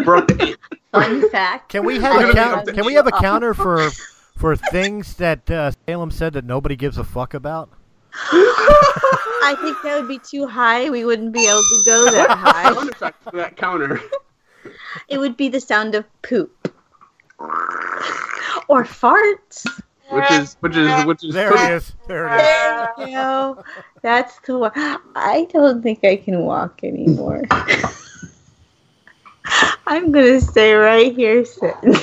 Speaker 5: Brooke,
Speaker 1: Fun fact.
Speaker 3: Can we
Speaker 1: I
Speaker 3: have a
Speaker 5: gonna
Speaker 3: count,
Speaker 5: make
Speaker 3: can we have a
Speaker 1: up.
Speaker 3: counter for for things that uh, Salem said that nobody gives a fuck about?
Speaker 1: I think that would be too high. We wouldn't be able to go that
Speaker 5: I
Speaker 1: high.
Speaker 5: wonder if I can do that counter.
Speaker 1: It would be the sound of poop or farts.
Speaker 5: which is which is which is
Speaker 3: There
Speaker 5: pretty-
Speaker 3: it is. There it is.
Speaker 1: You know, that's the one. I don't think I can walk anymore. I'm gonna stay right here sitting.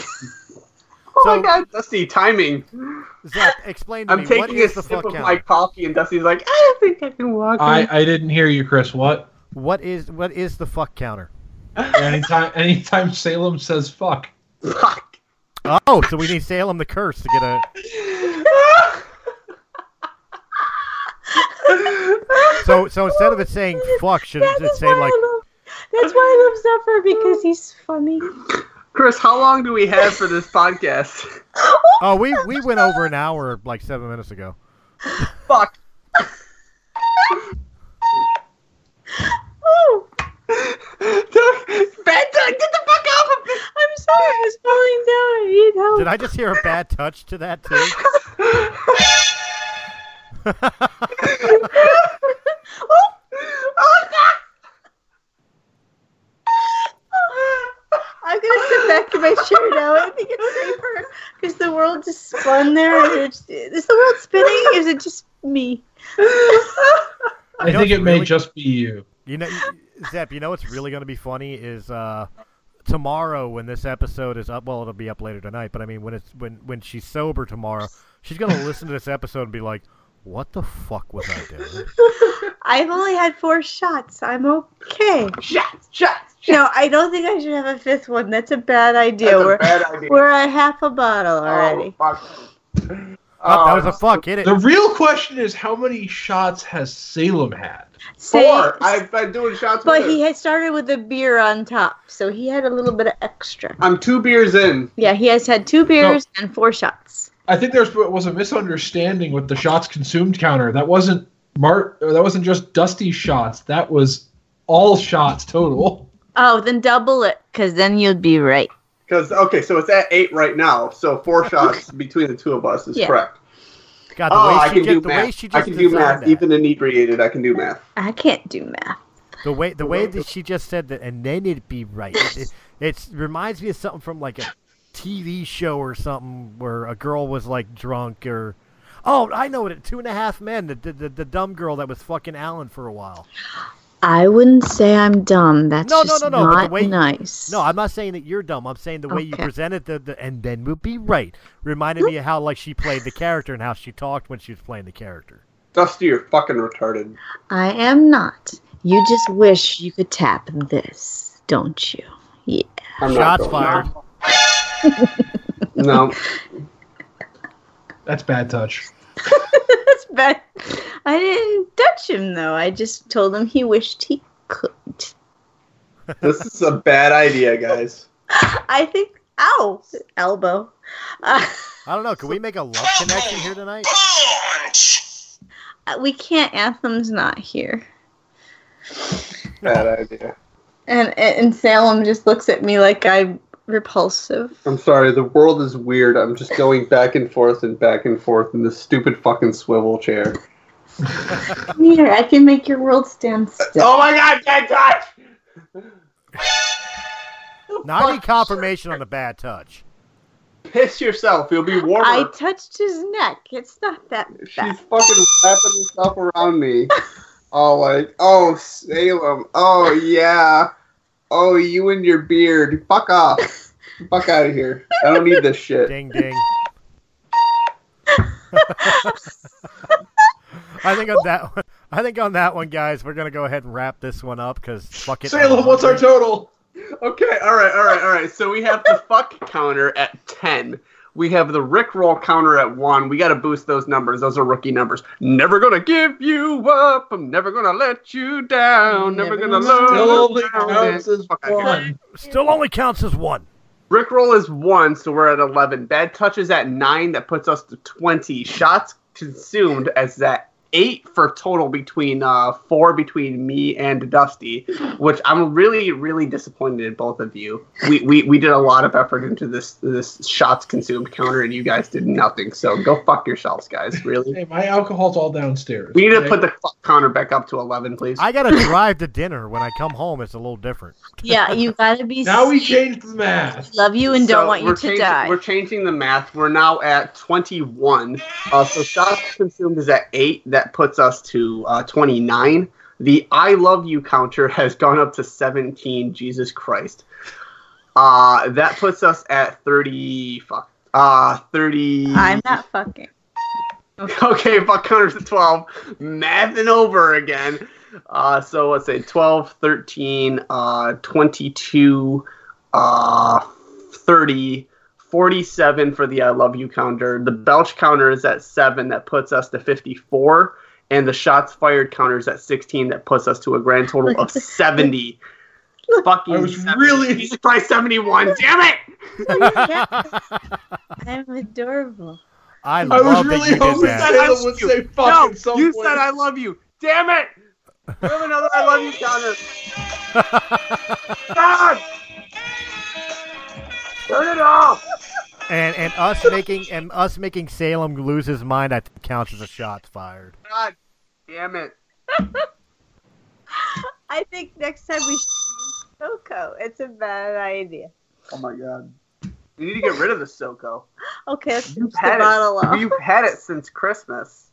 Speaker 5: Oh
Speaker 3: So-
Speaker 5: my god, Dusty, timing.
Speaker 3: Zach, explain to
Speaker 5: I'm
Speaker 3: me what
Speaker 5: taking a
Speaker 3: is the
Speaker 5: sip
Speaker 3: fuck
Speaker 5: of
Speaker 3: counter?
Speaker 5: my coffee, and Dusty's like, I don't think I can walk.
Speaker 4: I, I didn't hear you, Chris. What?
Speaker 3: What is what is the fuck counter?
Speaker 4: Anytime, anytime Salem says "fuck,"
Speaker 3: Uh,
Speaker 5: Fuck.
Speaker 3: Oh, so we need Salem the curse to get a. So so instead of it saying fuck, should it just say like
Speaker 1: I love, that's why I love Zephyr because he's funny.
Speaker 5: Chris, how long do we have for this podcast?
Speaker 3: Oh, we we went over an hour like seven minutes ago.
Speaker 5: Fuck.
Speaker 1: Oh,
Speaker 5: Bad time. Get the fuck off of me.
Speaker 1: I'm sorry, I was falling down. I need help.
Speaker 3: Did I just hear a bad touch to that too?
Speaker 5: Oh, fuck.
Speaker 1: I'm gonna sit back in my chair now. I think it's safer because the world just spun there. And it's, is the world spinning? Is it just me?
Speaker 4: I
Speaker 3: know
Speaker 4: think
Speaker 3: it's
Speaker 4: it may
Speaker 3: really-
Speaker 4: just be you.
Speaker 3: You know, Zep. You know what's really going to be funny is uh, tomorrow when this episode is up. Well, it'll be up later tonight. But I mean, when it's when when she's sober tomorrow, she's going to listen to this episode and be like, "What the fuck was I doing?"
Speaker 1: I've only had four shots. I'm okay.
Speaker 5: Shots, shots, shots.
Speaker 1: No, I don't think I should have a fifth one. That's a bad idea.
Speaker 5: That's a
Speaker 1: we're
Speaker 5: bad idea.
Speaker 1: we're at half a bottle
Speaker 5: Oh,
Speaker 1: already.
Speaker 5: fuck.
Speaker 3: Oh, that was
Speaker 5: Um,
Speaker 3: a fuck. Hit it.
Speaker 4: The real question is how many shots has Salem had?
Speaker 1: Say-
Speaker 5: Uh, Four. I've been doing shots.
Speaker 1: but
Speaker 5: with
Speaker 1: he
Speaker 5: her.
Speaker 1: had started with a beer on top, so he had a little bit of extra.
Speaker 5: I'm two beers in.
Speaker 1: Yeah, he has had two beers and four shots.
Speaker 4: I think there was a misunderstanding with the shots consumed counter. That wasn't Mart, that wasn't just Dusty shots. That was all shots total.
Speaker 1: Oh, then double it, because then you'd be right.
Speaker 5: Because okay, so it's at eight right now. So four shots between the two of us is
Speaker 1: Yeah.
Speaker 5: correct.
Speaker 3: God, the,
Speaker 5: Oh,
Speaker 3: way
Speaker 5: I
Speaker 3: she
Speaker 5: can
Speaker 3: just,
Speaker 5: do
Speaker 3: the way
Speaker 5: math.
Speaker 3: she
Speaker 5: I
Speaker 3: just
Speaker 5: can do
Speaker 3: designed
Speaker 5: math,
Speaker 3: that.
Speaker 5: even inebriated. I can do math.
Speaker 1: I can't do math.
Speaker 3: The way the way that she just said that, and then it'd be right. It, it's reminds me of something from like a TV show or something where a girl was like drunk or. Oh, I know it. Two and a Half Men, the, the the the dumb girl that was fucking Alan for a while.
Speaker 1: I wouldn't say I'm dumb. That's
Speaker 3: No, no,
Speaker 1: just
Speaker 3: no, no, but the
Speaker 1: not
Speaker 3: way-
Speaker 1: nice.
Speaker 3: No, I'm not saying that you're dumb. I'm saying the way you
Speaker 1: Okay.
Speaker 3: presented the, the and then we'll be right reminded me of how like she played the character and how she talked when she was playing the character.
Speaker 5: Dusty, you're fucking retarded.
Speaker 1: I am not. You just wish you could tap this, don't you? Yeah.
Speaker 5: I'm not
Speaker 3: Shots
Speaker 5: going.
Speaker 3: fired.
Speaker 5: No,
Speaker 4: That's bad touch.
Speaker 1: That's bad. I didn't touch him though. I just told him he wished he could.
Speaker 5: this is a bad idea, guys.
Speaker 1: I think. Ow, elbow. Uh,
Speaker 3: I don't know. Can we make a love connection here tonight?
Speaker 1: Uh, we can't. Anthem's not here.
Speaker 5: Bad idea.
Speaker 1: And and Salem just looks at me like I'm repulsive.
Speaker 5: I'm sorry. The world is weird. I'm just going back and forth and back and forth in this stupid fucking swivel chair.
Speaker 1: Here, I can make your world
Speaker 5: Uh,
Speaker 1: stand still.
Speaker 5: my god, bad touch!
Speaker 3: Not any confirmation on the bad touch.
Speaker 5: Piss yourself. You'll be warmer.
Speaker 1: I touched his neck. It's not that
Speaker 5: She's
Speaker 1: bad.
Speaker 5: fucking wrapping herself around me. All like, oh Salem, oh yeah, oh you and your beard, fuck off, fuck out of here. I don't need this shit.
Speaker 3: Ding ding. I think on that one, I think on that one, guys, we're gonna go ahead and wrap this one up because fuck it.
Speaker 4: Salem, what's our total?
Speaker 5: Okay, all right, all right, all right. So we have the fuck counter at ten. We have the Rickroll counter at one. We got to boost those numbers. Those are rookie numbers. Never gonna give you up. I'm never gonna let you down. Never,
Speaker 1: Never
Speaker 5: gonna
Speaker 1: gonna let you
Speaker 5: love.
Speaker 4: Still only
Speaker 5: down.
Speaker 4: counts as
Speaker 5: Fuck, I got it.
Speaker 4: one.
Speaker 3: still only counts as one.
Speaker 5: Rickroll is one, so we're at eleven. Bad touches at nine, that puts us to twenty. Shots consumed as that eight for total between uh four between me and Dusty, which I'm really really disappointed in both of you. We we, we did a lot of effort into this this shots consumed counter, and you guys did nothing. So go fuck yourselves, guys. Really.
Speaker 4: Hey, my alcohol's all downstairs.
Speaker 5: We need to
Speaker 4: okay?
Speaker 5: put the fuck counter back up to eleven, please.
Speaker 3: I gotta drive to dinner when I come home. It's a little different.
Speaker 1: Yeah, you gotta be.
Speaker 4: Now we
Speaker 1: sweet.
Speaker 4: changed the math.
Speaker 1: love you and don't
Speaker 5: So
Speaker 1: want you
Speaker 5: we're
Speaker 1: to
Speaker 5: changing-
Speaker 1: die.
Speaker 5: We're changing the math. We're now at 21. Uh, so shots consumed is at 8. That puts us to uh, 29. The I love you counter has gone up to 17. Jesus Christ. Uh, that puts us at 30. Fuck. Uh, 30.
Speaker 1: I'm not fucking.
Speaker 5: Okay, fuck counters at 12. Mathing over again. Uh, so let's say 12, 13, uh, 22, uh, 30, 47 for the I love you counter. The belch counter is at 7. That puts us to 54. And the shots fired counter is at 16. That puts us to a grand total of 70. Fucking
Speaker 4: I was
Speaker 5: 70.
Speaker 4: really-
Speaker 5: Jesus Christ, 71. Damn it!
Speaker 1: I'm adorable.
Speaker 3: I
Speaker 4: I
Speaker 3: love
Speaker 4: was
Speaker 3: that
Speaker 4: really
Speaker 3: you did
Speaker 4: hoping
Speaker 3: that.
Speaker 5: said I
Speaker 4: Salem
Speaker 5: love
Speaker 4: would
Speaker 5: you.
Speaker 4: say fuck
Speaker 5: No,
Speaker 4: at some
Speaker 5: you
Speaker 4: point.
Speaker 5: said I love you. Damn it! We have another I love you counter. God! Turn it off!
Speaker 3: and and us making and us making Salem lose his mind. I think counts as a shot fired.
Speaker 5: God damn it.
Speaker 1: I think next time we should use Coco. It's a bad idea.
Speaker 5: Oh my god. You need to get rid of the Soko.
Speaker 1: Okay, let's
Speaker 5: You've
Speaker 1: finish the
Speaker 5: had
Speaker 1: bottle
Speaker 5: it.
Speaker 1: off.
Speaker 5: You've had it since Christmas.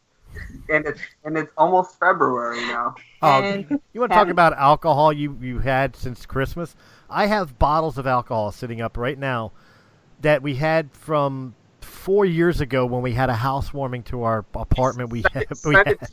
Speaker 5: And it's and it's almost February now.
Speaker 3: Um,
Speaker 1: And
Speaker 3: you want to talk
Speaker 1: and-
Speaker 3: about alcohol you you had since Christmas? I have bottles of alcohol sitting up right now that we had from four years ago when we had a housewarming to our apartment. We had, we
Speaker 5: Send
Speaker 3: had
Speaker 5: it to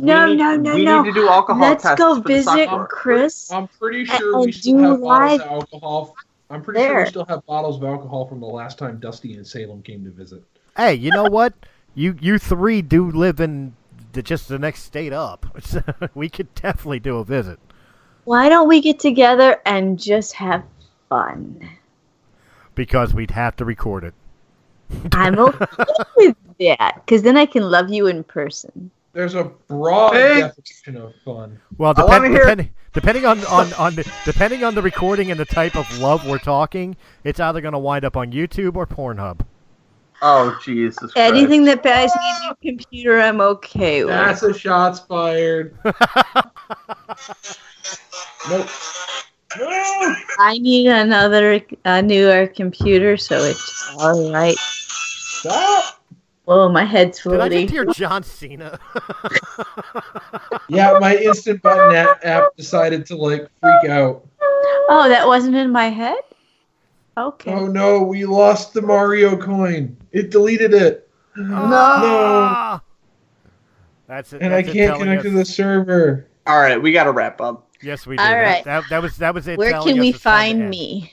Speaker 1: No,
Speaker 5: because we
Speaker 1: Oh, no,
Speaker 5: need-
Speaker 1: no, no,
Speaker 5: We
Speaker 1: no.
Speaker 5: need to do alcohol
Speaker 1: let's
Speaker 5: tests
Speaker 1: go
Speaker 5: for the sock
Speaker 1: visit
Speaker 5: drawer.
Speaker 1: Chris.
Speaker 4: I'm pretty
Speaker 1: I-
Speaker 4: sure
Speaker 1: I
Speaker 4: we still
Speaker 1: do
Speaker 4: have bottles
Speaker 1: like-
Speaker 4: of alcohol. I'm pretty sure
Speaker 1: There.
Speaker 4: we still have bottles of alcohol from the last time Dusty and Salem came to visit.
Speaker 3: hey, you know what? You you three do live in the, just the next state up. So we could definitely do a visit.
Speaker 1: Why don't we get together and just have fun?
Speaker 3: Because we'd have to record it.
Speaker 1: I'm okay with that because then I can love you in person.
Speaker 4: There's a broad
Speaker 5: Hey.
Speaker 4: definition of fun.
Speaker 3: Well,
Speaker 5: I
Speaker 3: depend,
Speaker 5: wanna hear-
Speaker 3: depend, depending on on on the, depending on the recording and the type of love we're talking, it's either going to wind up on YouTube or Pornhub.
Speaker 5: Oh Jesus!
Speaker 1: Anything that buys me a new computer, I'm okay with.
Speaker 4: That's a shots fired. nope. No.
Speaker 1: I need another, a newer computer, so it's all right.
Speaker 4: Stop.
Speaker 1: Whoa, my head's
Speaker 3: Did I
Speaker 1: floating.
Speaker 3: just hear John Cena?
Speaker 4: Yeah, my instant button app, app decided to like freak out.
Speaker 1: Oh, that wasn't in my head? Okay.
Speaker 4: Oh no, we lost the Mario coin. It deleted it.
Speaker 3: Ah! That's it.
Speaker 4: And
Speaker 3: that's
Speaker 4: I
Speaker 3: it
Speaker 4: can't
Speaker 3: telling
Speaker 4: connect
Speaker 3: us-
Speaker 4: to the server.
Speaker 5: All right, we got to wrap up.
Speaker 3: Yes, we did.
Speaker 1: All
Speaker 3: That-
Speaker 1: right.
Speaker 3: That, that was that was it.
Speaker 1: Where
Speaker 3: telling
Speaker 1: can
Speaker 3: us
Speaker 1: we
Speaker 3: it's time to
Speaker 1: find
Speaker 3: end.
Speaker 1: me?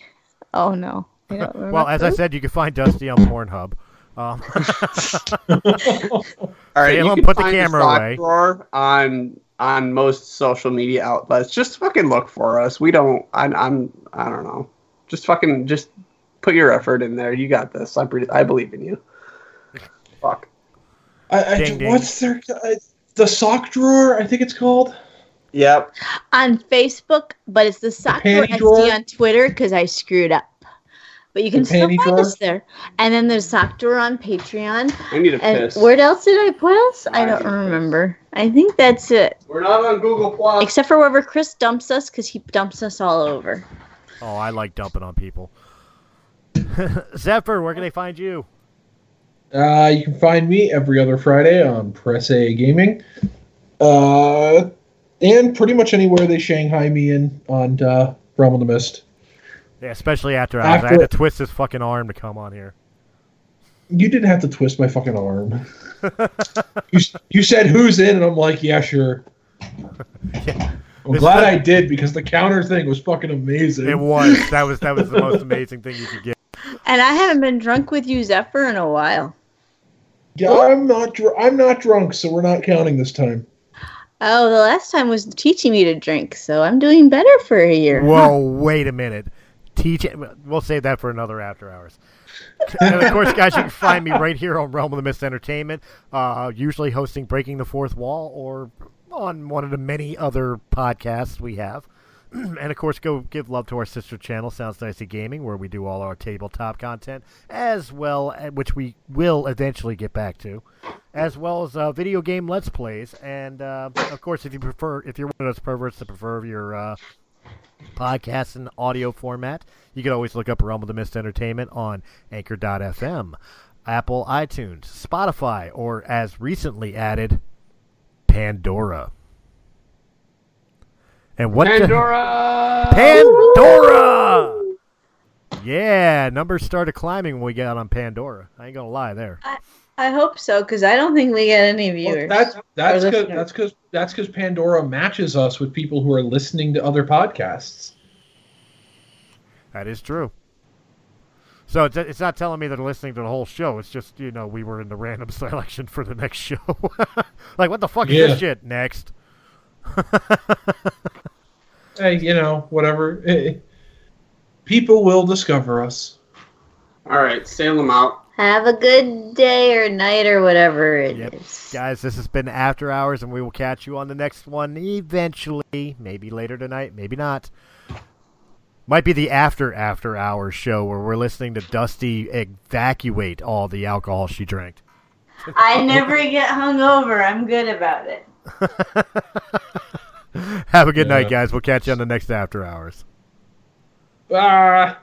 Speaker 1: Oh, no. I don't
Speaker 3: Well, as I
Speaker 1: remember.
Speaker 3: said, you can find Dusty on Pornhub. Um,
Speaker 5: All right,
Speaker 3: Salem,
Speaker 5: you can
Speaker 3: put the
Speaker 5: find
Speaker 3: camera
Speaker 5: sock
Speaker 3: away.
Speaker 5: drawer on on most social media outlets. Just fucking look for us. We don't. I'm. I'm. I don't know. Just fucking. Just put your effort in there. You got this. I. Pre- I believe in you. Fuck.
Speaker 4: I, I
Speaker 3: Ding, ding.
Speaker 4: what's their uh, the sock drawer? I think it's called.
Speaker 5: Yep.
Speaker 1: on Facebook, but it's the sock
Speaker 4: panty
Speaker 1: drawer SD
Speaker 4: drawer?
Speaker 1: on Twitter because I screwed up. But you can
Speaker 4: The
Speaker 1: still
Speaker 4: panty
Speaker 1: find
Speaker 4: drawer?
Speaker 1: us there. And then there's sock drawer on Patreon.
Speaker 5: I need a
Speaker 1: And
Speaker 5: piss.
Speaker 1: where else did I? What else?
Speaker 5: I
Speaker 1: I don't
Speaker 5: don't know.
Speaker 1: remember. I think that's it,
Speaker 5: We're not on Google Plus.
Speaker 1: except for wherever Chris dumps us because he dumps us all over.
Speaker 3: oh, I like dumping on people. Zephyr, where can they find you?
Speaker 4: Uh, you can find me every other Friday on Press A Gaming, uh, and pretty much anywhere they Shanghai me in on uh, Realm of the Mist.
Speaker 3: Yeah, especially after hours. I had
Speaker 4: After-
Speaker 3: to twist his fucking arm to come on here.
Speaker 4: You didn't have to twist my fucking arm. you, s- you said who's in, and I'm like, yeah, sure. I'm
Speaker 3: This
Speaker 4: glad
Speaker 3: is-
Speaker 4: I did because the counter thing was fucking amazing.
Speaker 3: It was that was that was the most amazing thing you could get.
Speaker 1: And I haven't been drunk with you, Zephyr, in a while.
Speaker 4: Yeah, I'm not. Dr- I'm not drunk, so we're not counting this time.
Speaker 1: Oh, the last time was teaching me to drink, so I'm doing better for a year.
Speaker 3: Whoa, wait a minute. Teach We'll save that for another after hours. and of course, guys, you can find me right here on Realm of the Mist Entertainment, uh, usually hosting Breaking the Fourth Wall or on one of the many other podcasts we have. and of course, go give love to our sister channel, Sounds Nicey Gaming, where we do all our tabletop content, as well, a- which we will eventually get back to, as well as uh, video game let's plays. And uh, of course, if you prefer, if you're one of those perverts that prefer your uh, podcasts in audio format, you can always look up Realm of the Mist Entertainment on Anchor.fm, Apple iTunes, Spotify, or as recently added, Pandora. And what the-
Speaker 5: Pandora.
Speaker 3: Pandora. Yeah, numbers started climbing when we got on Pandora. I ain't gonna lie there.
Speaker 1: I hope so, because I don't think we get any viewers.
Speaker 4: that's that's
Speaker 1: Or
Speaker 4: cause,
Speaker 1: listeners.
Speaker 4: that's because that's because Pandora matches us with people who are listening to other podcasts.
Speaker 3: That is true. So it's, it's not telling me that they're listening to the whole show. It's just you know we were in the random selection for the next show. like what the fuck is
Speaker 4: Yeah.
Speaker 3: this shit? Next.
Speaker 4: Hey, you know, whatever. Eh, eh. people will discover us.
Speaker 5: All right, Salem out.
Speaker 1: Have a good day or night or whatever it is.
Speaker 3: Yep. Guys, this has been After Hours, and we will catch you on the next one eventually. Maybe later tonight, maybe not. Might be the after after hours show where we're listening to Dusty evacuate all the alcohol she drank.
Speaker 1: I never get hungover. I'm good about it.
Speaker 3: Have a good
Speaker 4: Yeah.
Speaker 3: night, guys. We'll catch you on the next after hours.
Speaker 4: Ah.